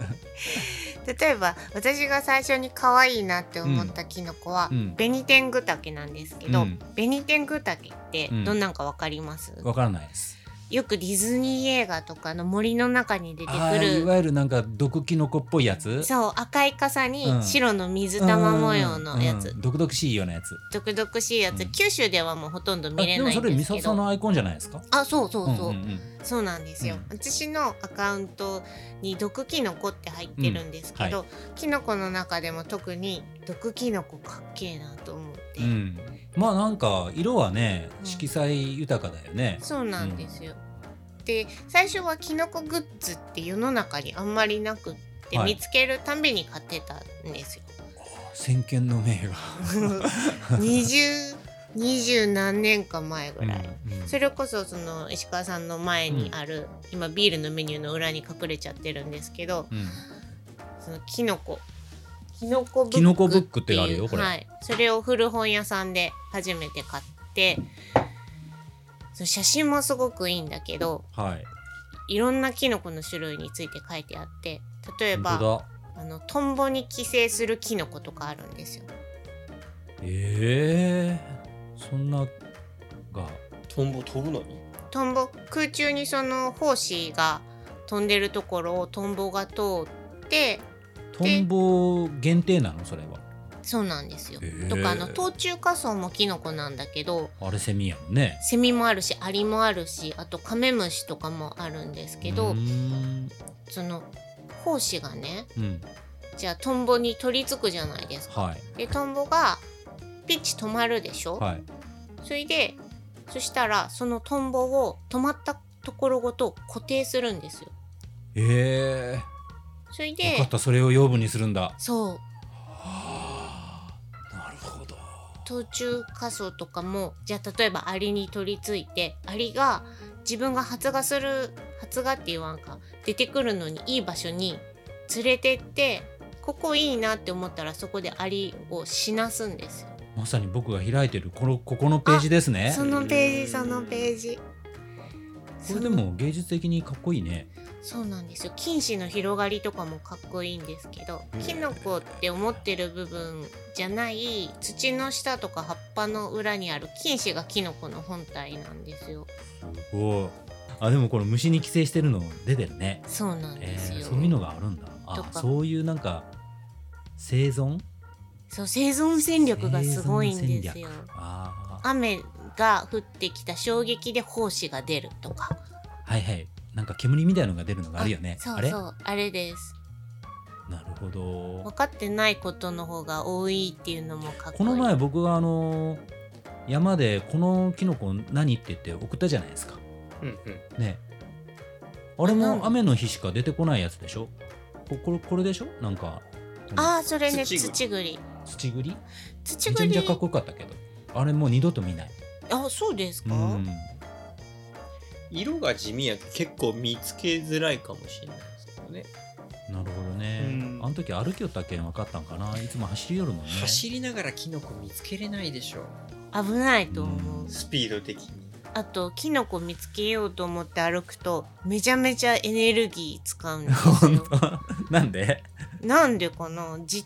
Speaker 3: 例えば私が最初に可愛いなって思ったキノコは、
Speaker 1: うん
Speaker 3: ベニテングタケなんですけど、
Speaker 1: うん
Speaker 3: ベニテングタケってどんなんかわかります、
Speaker 1: わからないです。
Speaker 3: よくディズニー映画とかの森の中に出て
Speaker 1: ああ
Speaker 3: く
Speaker 1: い
Speaker 3: る
Speaker 1: わゆるなんか毒キノコっぽいやつ。
Speaker 3: そう赤い傘に
Speaker 1: うん
Speaker 3: 白の水玉模様のや
Speaker 1: う
Speaker 3: つ
Speaker 1: ん毒々しいようなやつ。
Speaker 3: 毒々しいやつ、
Speaker 1: うん
Speaker 3: 九州ではもうほとんど見れ
Speaker 1: あ
Speaker 3: ないん
Speaker 1: もそれ
Speaker 3: で
Speaker 1: 美
Speaker 3: すけ
Speaker 1: 里さん
Speaker 3: ど
Speaker 1: のアイコンじゃないですか。
Speaker 3: あそうそうそう、
Speaker 1: んんん
Speaker 3: そうなんですよ、
Speaker 1: う
Speaker 3: 私のアカウントに毒キノコって入ってるんですけど、キノコの中でも特に毒キノコかっけえなと思って、
Speaker 1: うん、まあなんか色はね
Speaker 3: うん
Speaker 1: 色彩豊かだよね。
Speaker 3: そうなんですよ、で最初はキノコグッズって世の中にあんまりなくって、
Speaker 1: はい
Speaker 3: 見つけるたんびに買ってた んですよ
Speaker 1: 先見の明
Speaker 3: 20 20何年か前ぐ
Speaker 1: が。
Speaker 3: らい、それこそその石川さんの前にある、今ビールのメニューの裏に隠れちゃってるんですけど、
Speaker 1: うん
Speaker 3: そのキノコキノコブック
Speaker 1: キノコブックって
Speaker 3: いう
Speaker 1: あるよこれ
Speaker 3: はい、それを古本屋さんで初めて買ってその写真もすごくいいんだけど
Speaker 1: はい。
Speaker 3: いろんなキノコの種類について書いてあって例え
Speaker 1: 本
Speaker 3: ば
Speaker 1: 当だ。
Speaker 3: あのトンボに寄生するキノコとかあるんですよ
Speaker 1: ええそんなが。
Speaker 2: トンボ飛ぶのに
Speaker 3: トンボ空中にその胞子が飛んでるところをトンボが通って
Speaker 1: トンボ限定なのそれは。
Speaker 3: そうなんですよ、
Speaker 1: へー
Speaker 3: とかあの冬虫夏草もキノコなんだけど
Speaker 1: あれセミやもんね。
Speaker 3: セミもあるしアリもあるしあとカメムシとかもあるんですけど、
Speaker 1: うーん
Speaker 3: その胞子がね
Speaker 1: うん、
Speaker 3: じゃあトンボに取り付くじゃないですか。
Speaker 1: はい
Speaker 3: でトンボがピッチ止まるでしょ、
Speaker 1: はい。
Speaker 3: それでそしたらそのトンボを止まったところごと固定するんですよ。
Speaker 1: え
Speaker 3: それ
Speaker 1: えよか
Speaker 3: で
Speaker 1: ったそれを養分にするんだ。
Speaker 3: そう
Speaker 1: なるほど。
Speaker 3: 冬虫夏草とかもじゃあ例えばアリに取り付いてアリが自分が発芽する発芽って言わんか出てくるのにいい場所に連れてってここいいなって思ったらそこでアリを死なすんですよ。
Speaker 1: まさに僕が開いてるこのここのページですね。
Speaker 3: そのページそのページ。
Speaker 1: これでも芸術的にかっこいいね。
Speaker 3: そうなんですよ菌糸の広がりとかもかっこいいんですけど
Speaker 2: うん
Speaker 3: キノコって思ってる部分じゃない土の下とか葉っぱの裏にある菌糸がキノコの本体なんですよ
Speaker 1: すごい。あでもこの虫に寄生してるの出てるね。
Speaker 3: そうなん
Speaker 1: え
Speaker 3: ですよ、
Speaker 1: ー、そういうのがあるんだ。
Speaker 3: と
Speaker 1: あ
Speaker 3: か
Speaker 1: そういうなんか生存
Speaker 3: そう生存戦力がすごいんですよ
Speaker 1: 生存戦略ああ
Speaker 3: 雨が降ってきた衝撃で胞子が出るとか
Speaker 1: はいはい。なんか煙みたいのが出るのがあるよね。
Speaker 3: そう
Speaker 1: あれ
Speaker 3: そうあれです
Speaker 1: なるほど
Speaker 3: 分。かってないことの方が多いっていうのもかっこいい
Speaker 1: この前僕はあのー山でこのキノコ何って言って送ったじゃないですか
Speaker 2: うんうん
Speaker 1: ねあれ
Speaker 3: あなん
Speaker 1: も
Speaker 3: だ
Speaker 1: 雨の日しか出てこないやつでしょここれこれでしょなんか
Speaker 3: ああそれね
Speaker 2: 土栗
Speaker 3: 土栗
Speaker 1: 土栗
Speaker 3: 土
Speaker 1: めちゃめちゃかっ
Speaker 3: 栗
Speaker 1: こよかったけどあれもう二度と見ない
Speaker 3: あそうです
Speaker 1: う
Speaker 3: か、
Speaker 1: ん
Speaker 2: 色が地味やけ結構見つけづらいかもしれないですけどね
Speaker 1: なるほどね
Speaker 2: うん
Speaker 1: あの時歩きよったけん分かったんかないつも走りよるもんね
Speaker 2: 走りながらキノコ見つけれないでしょ
Speaker 3: 危ないと思う、
Speaker 1: うん
Speaker 2: スピード的に
Speaker 3: あとキノコ見つけようと思って歩くとめちゃめちゃエネルギー使うんです
Speaker 1: 本
Speaker 3: よ
Speaker 1: 当なんで
Speaker 3: なんでかなじ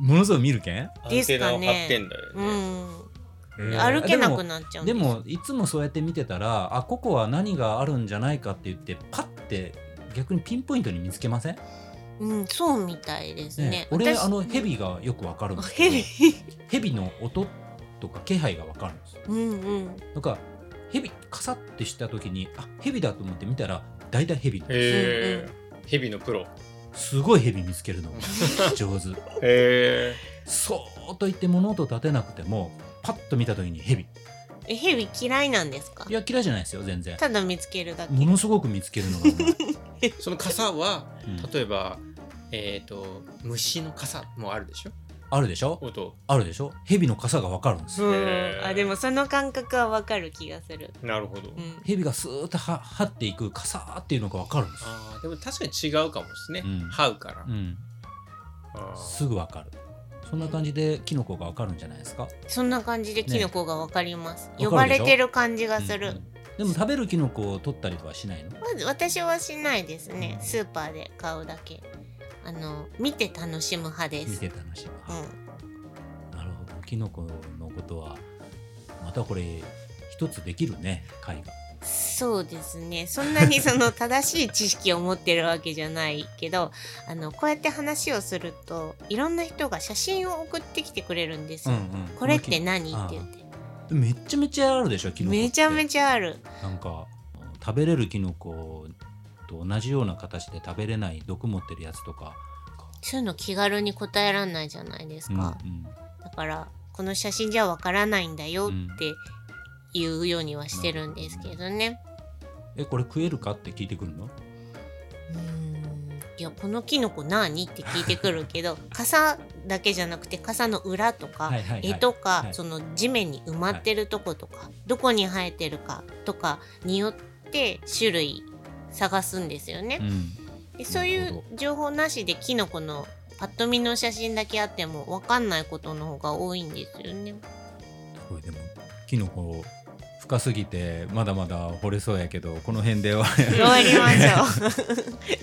Speaker 1: ものすごい見るけん、
Speaker 2: ア
Speaker 3: で
Speaker 2: ン
Speaker 3: す
Speaker 2: テ
Speaker 3: かね
Speaker 2: ナを張ってんだよ
Speaker 3: う
Speaker 2: ね、
Speaker 3: ん歩けなく
Speaker 1: る
Speaker 3: なっちゃうん
Speaker 1: ですもいつもそうやって見てたらあここは何があるんじゃないかって言ってパッて逆にピンポイントに見つけません、ね
Speaker 3: うんそうみたいですね
Speaker 1: 俺
Speaker 3: 私
Speaker 1: あのヘビがよくわかるんですけ
Speaker 3: ヘ
Speaker 1: ど
Speaker 3: ビ
Speaker 1: ヘビの音とか気配がわかるんですよ
Speaker 3: うんうん
Speaker 1: なんかヘビカサってした時にあヘビだと思って見たら大体ヘビ
Speaker 2: へえ、ヘビのプロ
Speaker 1: すごいヘビ見つけ るの上手
Speaker 2: へえ
Speaker 1: そーっと言って物音立てなくてもパッと見た時にヘビ
Speaker 3: えヘビ嫌いなんですか
Speaker 1: いや嫌いじゃないですよ全然
Speaker 3: ただ見つけるだけ
Speaker 1: ものすごく見つけるのがう まい、
Speaker 2: その傘は
Speaker 1: うん
Speaker 2: 例えばえっ、と虫の傘もあるでしょ
Speaker 1: あるでしょ
Speaker 2: 音
Speaker 1: あるでしょヘビの傘がわかるんですよ
Speaker 3: うんあでもその感覚はわかる気がする
Speaker 2: なるほど、
Speaker 3: うん
Speaker 1: 蛇がスーッとは張っていくカサーっていうのが分かるんですよ、
Speaker 2: あーでも確かに違うかもですね、
Speaker 1: うん
Speaker 2: 這うから、
Speaker 1: うん、
Speaker 2: あー
Speaker 1: すぐ分かるそんな感じでキノコがわかるんじゃないですか
Speaker 3: そんな感じでキノコがわかります、
Speaker 1: ね
Speaker 3: 呼ばれてる感じがす
Speaker 1: うんう
Speaker 3: る、
Speaker 1: んでも食べるキノコを取ったりとはしないの
Speaker 3: まず私はしないですねスーパーで買うだけあの見て楽しむ派で
Speaker 1: 見
Speaker 3: す
Speaker 1: て楽しむ
Speaker 3: う
Speaker 1: なるほどキノコのことはまたこれ一つできるね会が
Speaker 3: ん、そうですねそんなにその正しい知識を持ってるわけじゃないけど あのこうやって話をするといろんな人が写真を送ってきてくれるんですよ、
Speaker 1: ん
Speaker 3: これって何
Speaker 1: ああ
Speaker 3: って言って
Speaker 1: めっちゃめちゃあるでしょキノコって
Speaker 3: めちゃめちゃある
Speaker 1: なんか食べれるキノコと同じような形で食べれない毒持ってるやつとか、
Speaker 3: そういうの気軽に答えらんないじゃないで
Speaker 1: う
Speaker 3: す
Speaker 1: んう
Speaker 3: か、
Speaker 1: ん
Speaker 3: だからこの写真じゃわからないんだよって言うようにはしてるんですけどね、
Speaker 1: えこれ食えるかって聞いてくるの
Speaker 3: うーんいやこのキノコ何って聞いてくるけど 傘だけじゃなくて傘の裏とか、
Speaker 1: はいはいはい
Speaker 3: 絵とか、
Speaker 1: はい
Speaker 3: その地面に埋まってるとことか、どこに生えてるかとかによって種類探すんですよね。
Speaker 1: ん
Speaker 3: でそうい
Speaker 1: なる
Speaker 3: う
Speaker 1: ほ
Speaker 3: 情報なしでキノコのパッと見の写真だけあっても分かんないことの方が多いんです よね。
Speaker 1: これでもキノコ深すぎてまだまだ掘れそうやけどこの辺で終わ
Speaker 3: 終わりましょう。
Speaker 1: り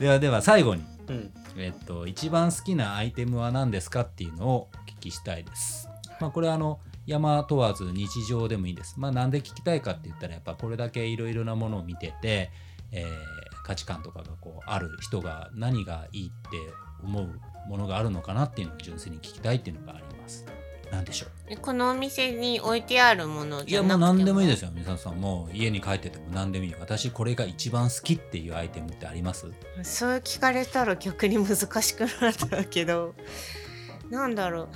Speaker 1: ではでは最後に
Speaker 2: うん
Speaker 1: えっと、一番好きなアイテムは何ですかっていうのをお聞きしたいです。まあ、これはあの山問わず日常でもいいです。まあ、なんで聞きたいかって言ったらやっぱこれだけいろいろなものを見てて、えー価値観とかがこうある人が何がいいって思うものがあるのかなっていうのを純粋に聞きたいっていうのがあります。なんでしょう
Speaker 3: でこのお店に置いてあるもの
Speaker 1: い
Speaker 3: じゃ
Speaker 1: や
Speaker 3: なく
Speaker 1: もう
Speaker 3: ても
Speaker 1: 何でもいいですよ皆さんもう家に帰ってても何でもいい私これが一番好きっていうアイテムってあります
Speaker 3: そう聞かれたら逆に難しくなったけどなんだろう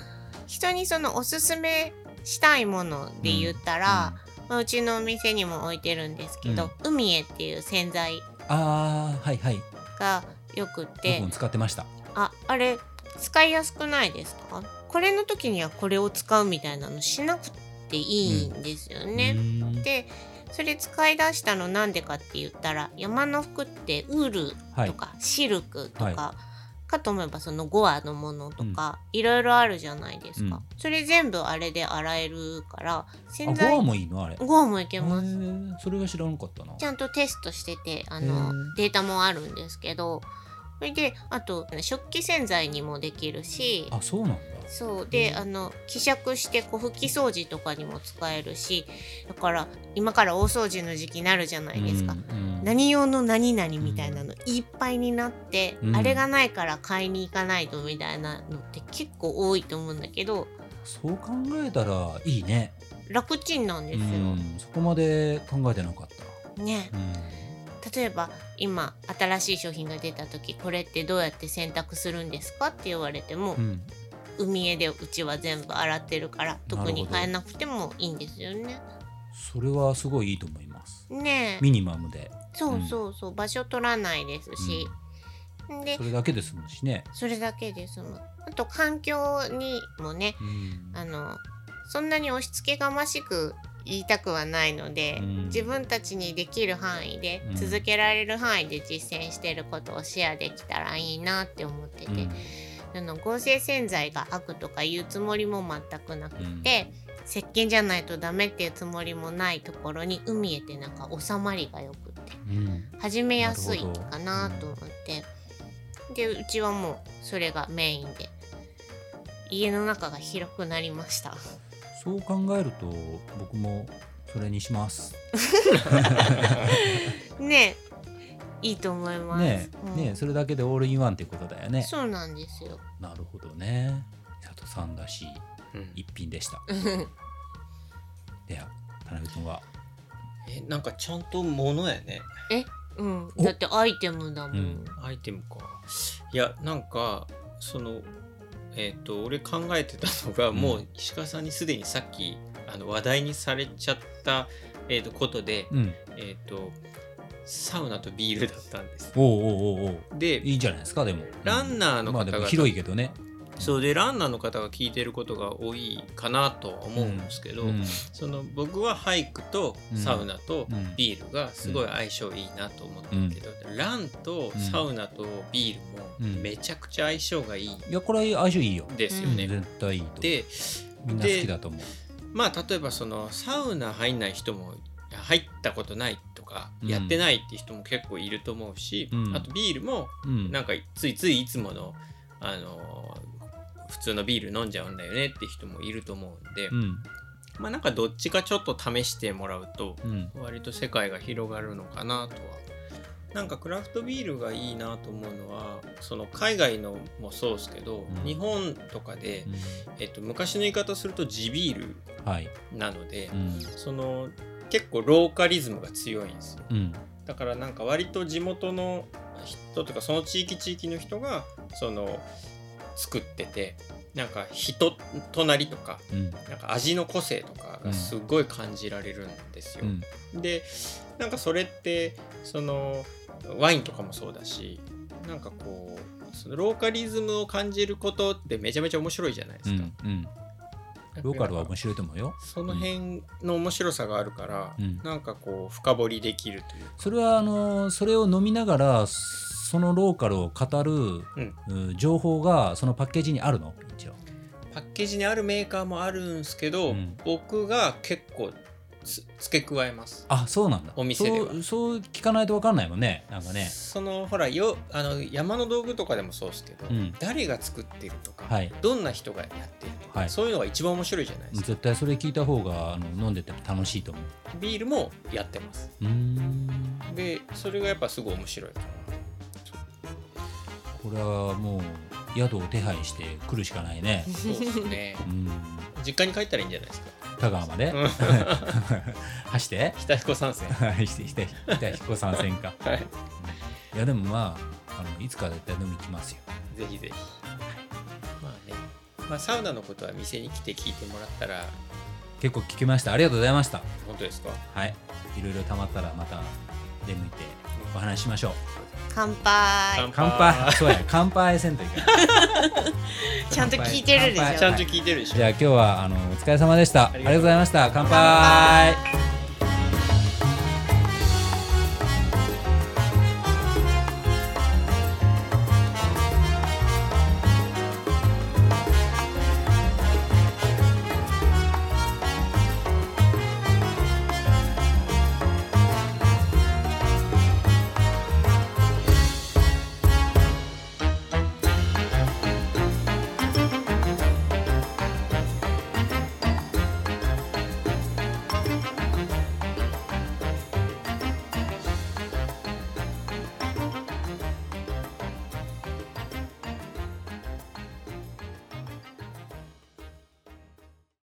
Speaker 3: 人にそのおすすめしたいもので言ったら、まあうちのお店にも置いてるんですけど、海へっていう洗剤
Speaker 1: ああはいはい
Speaker 3: がよく
Speaker 1: 僕
Speaker 3: て
Speaker 1: も使ってました
Speaker 3: ああれ使いやすくないですかこれの時にはこれを使うみたいなのしなくていいんですよね。
Speaker 1: うーん
Speaker 3: でそれ使い出したのなんでかって言ったら山の服ってウール
Speaker 1: はい
Speaker 3: とかシルクとか、
Speaker 1: は
Speaker 3: かと思えばそのゴアのものとか、いろいろあるじゃないですか、
Speaker 1: うん
Speaker 3: それ全部あれで洗えるから
Speaker 1: あ
Speaker 3: 洗剤
Speaker 1: ゴアもいいのあれ。
Speaker 3: ゴアもいけます、
Speaker 1: へーそれは知らなかったな。
Speaker 3: ちゃんとテストしててあの
Speaker 1: へー
Speaker 3: データもあるんですけどそれであと食器洗剤にもできるし
Speaker 1: あ、そうなんだ。
Speaker 3: そうで
Speaker 1: うん
Speaker 3: あの希釈してこう拭き掃除とかにも使えるしだから今から大掃除の時期になるじゃないですか、
Speaker 1: うん
Speaker 3: 何用の何々みたいなのいっぱいになって、
Speaker 1: うん
Speaker 3: あれがないから買いに行かないとみたいなのって結構多いと思うんだけど
Speaker 1: そう考えたらいいね。
Speaker 3: 楽ちんなんです
Speaker 1: う
Speaker 3: よ、
Speaker 1: んそこまで考えてなかっ
Speaker 3: ね
Speaker 1: た。うん
Speaker 3: 例えば今新しい商品が出た時これってどうやって洗濯するんですかって言われても、
Speaker 1: うん
Speaker 3: 海へでうちは全部洗ってるから
Speaker 1: ほど
Speaker 3: 特に買えなくてもいいんですよね。
Speaker 1: それはすごいいいと思います。
Speaker 3: ねえ
Speaker 1: ミニマムで、
Speaker 3: そうそうそう場所取らないですし、で
Speaker 1: それだけで済むしね。
Speaker 3: それだけで済む。あと環境にもね
Speaker 1: うん
Speaker 3: あのそんなに押し付けがましく言いたくはないので、
Speaker 1: うん
Speaker 3: 自分たちにできる範囲で、
Speaker 1: うん
Speaker 3: 続けられる範囲で実践してることをシェアできたらいいなって思ってて、
Speaker 1: うん
Speaker 3: あの合成洗剤が悪とか言うつもりも全くなくて、石鹸じゃないとダメっていうつもりもないところに海へってなんか収まりがよくて
Speaker 1: うん
Speaker 3: 始めやすい
Speaker 1: なるほど
Speaker 3: かなと思って、でうちはもうそれがメインで家の中が広くなりま した。
Speaker 1: そう考えると僕もそれにします。
Speaker 3: ねいいと思います。
Speaker 1: ね
Speaker 3: うん
Speaker 1: ねそれだけでオールインワンってことだよね。
Speaker 3: そうなんで すよ。
Speaker 1: なるほどね。佐藤さんらしい
Speaker 2: うん
Speaker 1: 一品でした。では田辺君は。
Speaker 2: えなんかちゃんと物やね
Speaker 3: うん、
Speaker 1: お
Speaker 3: だってアイテムだもん。
Speaker 1: うん
Speaker 2: アイテムかいやなんかそのえっ、と俺考えてたのが、
Speaker 1: ん
Speaker 2: もう石川さんにすでにさっきあの話題にされちゃった、えー、とことで、
Speaker 1: うん。
Speaker 2: えっ、とサウナとビールだったんです
Speaker 1: おうおうおうおう。
Speaker 2: で
Speaker 1: いいじゃないですかでも。
Speaker 2: ランナーの方々
Speaker 1: まあでも広いけどね。
Speaker 2: そうでランナーの方が聞いてることが多いかなとは思うんですけど、
Speaker 1: うん
Speaker 2: その僕はハイクとサウナと
Speaker 1: うん
Speaker 2: ビールがすごい相性いいなと思ってるけど、ランとサウナとビールも
Speaker 1: うん
Speaker 2: めちゃくちゃ相性がいい
Speaker 1: いやこれ相性いいよ、
Speaker 2: ですよね。
Speaker 1: 絶対いいと思
Speaker 2: で
Speaker 1: うみんな好きだと思う
Speaker 2: まあ例えばそのサウナ入んない人も入ったことないとか、
Speaker 1: うん
Speaker 2: やってないって人も結構いると思うし、
Speaker 1: うん
Speaker 2: あとビールも
Speaker 1: うん
Speaker 2: なんかついついいつもの、あのー普通のビール飲んじゃうんだよねって人もいると思うんで、
Speaker 1: うん
Speaker 2: まあなんかどっちかちょっと試してもらうと
Speaker 1: うん
Speaker 2: 割と世界が広がるのかなとはなんかクラフトビールがいいなと思うのはその海外のもそうですけど、
Speaker 1: うん
Speaker 2: 日本とかで、えっと、昔の言い方すると地ビール
Speaker 1: うんはい
Speaker 2: なので
Speaker 1: う、ん
Speaker 2: その結構ローカリズムが強いんですよ
Speaker 1: うん
Speaker 2: だからなんか割と地元の人とかその地域地域の人がその作っててなんか人となりとか
Speaker 1: うん
Speaker 2: なんか味の個性とかがすごい感じられるんですよ。
Speaker 1: うん
Speaker 2: でなんかそれってそのワインとかもそうだしなんかこうそのローカリズムを感じることってめちゃめちゃ面白いじゃないで
Speaker 1: う
Speaker 2: すか。
Speaker 1: んうんローカルは面白いと思うよ
Speaker 2: その辺の面白さがあるから、
Speaker 1: うん
Speaker 2: なんかこう深掘りできるという
Speaker 1: それはあのそれを飲みながらそのローカルを語る、うん情報がそのパッケージにあるの一応
Speaker 2: パッケージにあるメーカーもあるんですけど、
Speaker 1: うん
Speaker 2: 僕が結構つ付け加えます。
Speaker 1: あそうなんだ
Speaker 2: お店では
Speaker 1: そうそう聞かないと分かんないもんねなんかね
Speaker 2: そのほらよあの山の道具とかでもそうですけど、
Speaker 1: うん
Speaker 2: 誰が作ってるとか、
Speaker 1: はい
Speaker 2: どんな人がやってるとか、
Speaker 1: はい
Speaker 2: そういうのが一番面白いじゃないですか、
Speaker 1: 絶対それ聞いた方があの飲んでても楽しいと思う
Speaker 2: ビールもやってます
Speaker 1: うーん
Speaker 2: でそれがやっぱすごい面白いか
Speaker 1: これはもう宿を手配して来るしかないね
Speaker 2: なそうですね
Speaker 1: うん
Speaker 2: 実家に帰ったらいいんじゃないですか
Speaker 1: 田川まで 走って
Speaker 2: 北彦参戦
Speaker 1: はいしてしてして彦参戦か
Speaker 2: はい
Speaker 1: いやでもまああのいつか絶対飲み来ますよ
Speaker 2: ぜひぜひ。まあね、まあ、サウナのことは店に来て聞いてもらったら、
Speaker 1: 結構聞きましたありがとうございました
Speaker 2: 本当ですか
Speaker 1: はいいろいろたまったらまた出向いてお話ししましょう
Speaker 3: 乾杯
Speaker 2: 乾
Speaker 1: 乾杯そうや乾杯せんといけない
Speaker 3: ちゃんと聞いてるでしょ
Speaker 1: 乾杯
Speaker 2: ちゃんと聞いてるでしょ
Speaker 1: じゃあ今日はあのお疲れ様でしたあ
Speaker 2: あ
Speaker 1: り
Speaker 2: り
Speaker 1: がとう
Speaker 2: がとう
Speaker 1: ご
Speaker 2: ご
Speaker 1: ざいました乾杯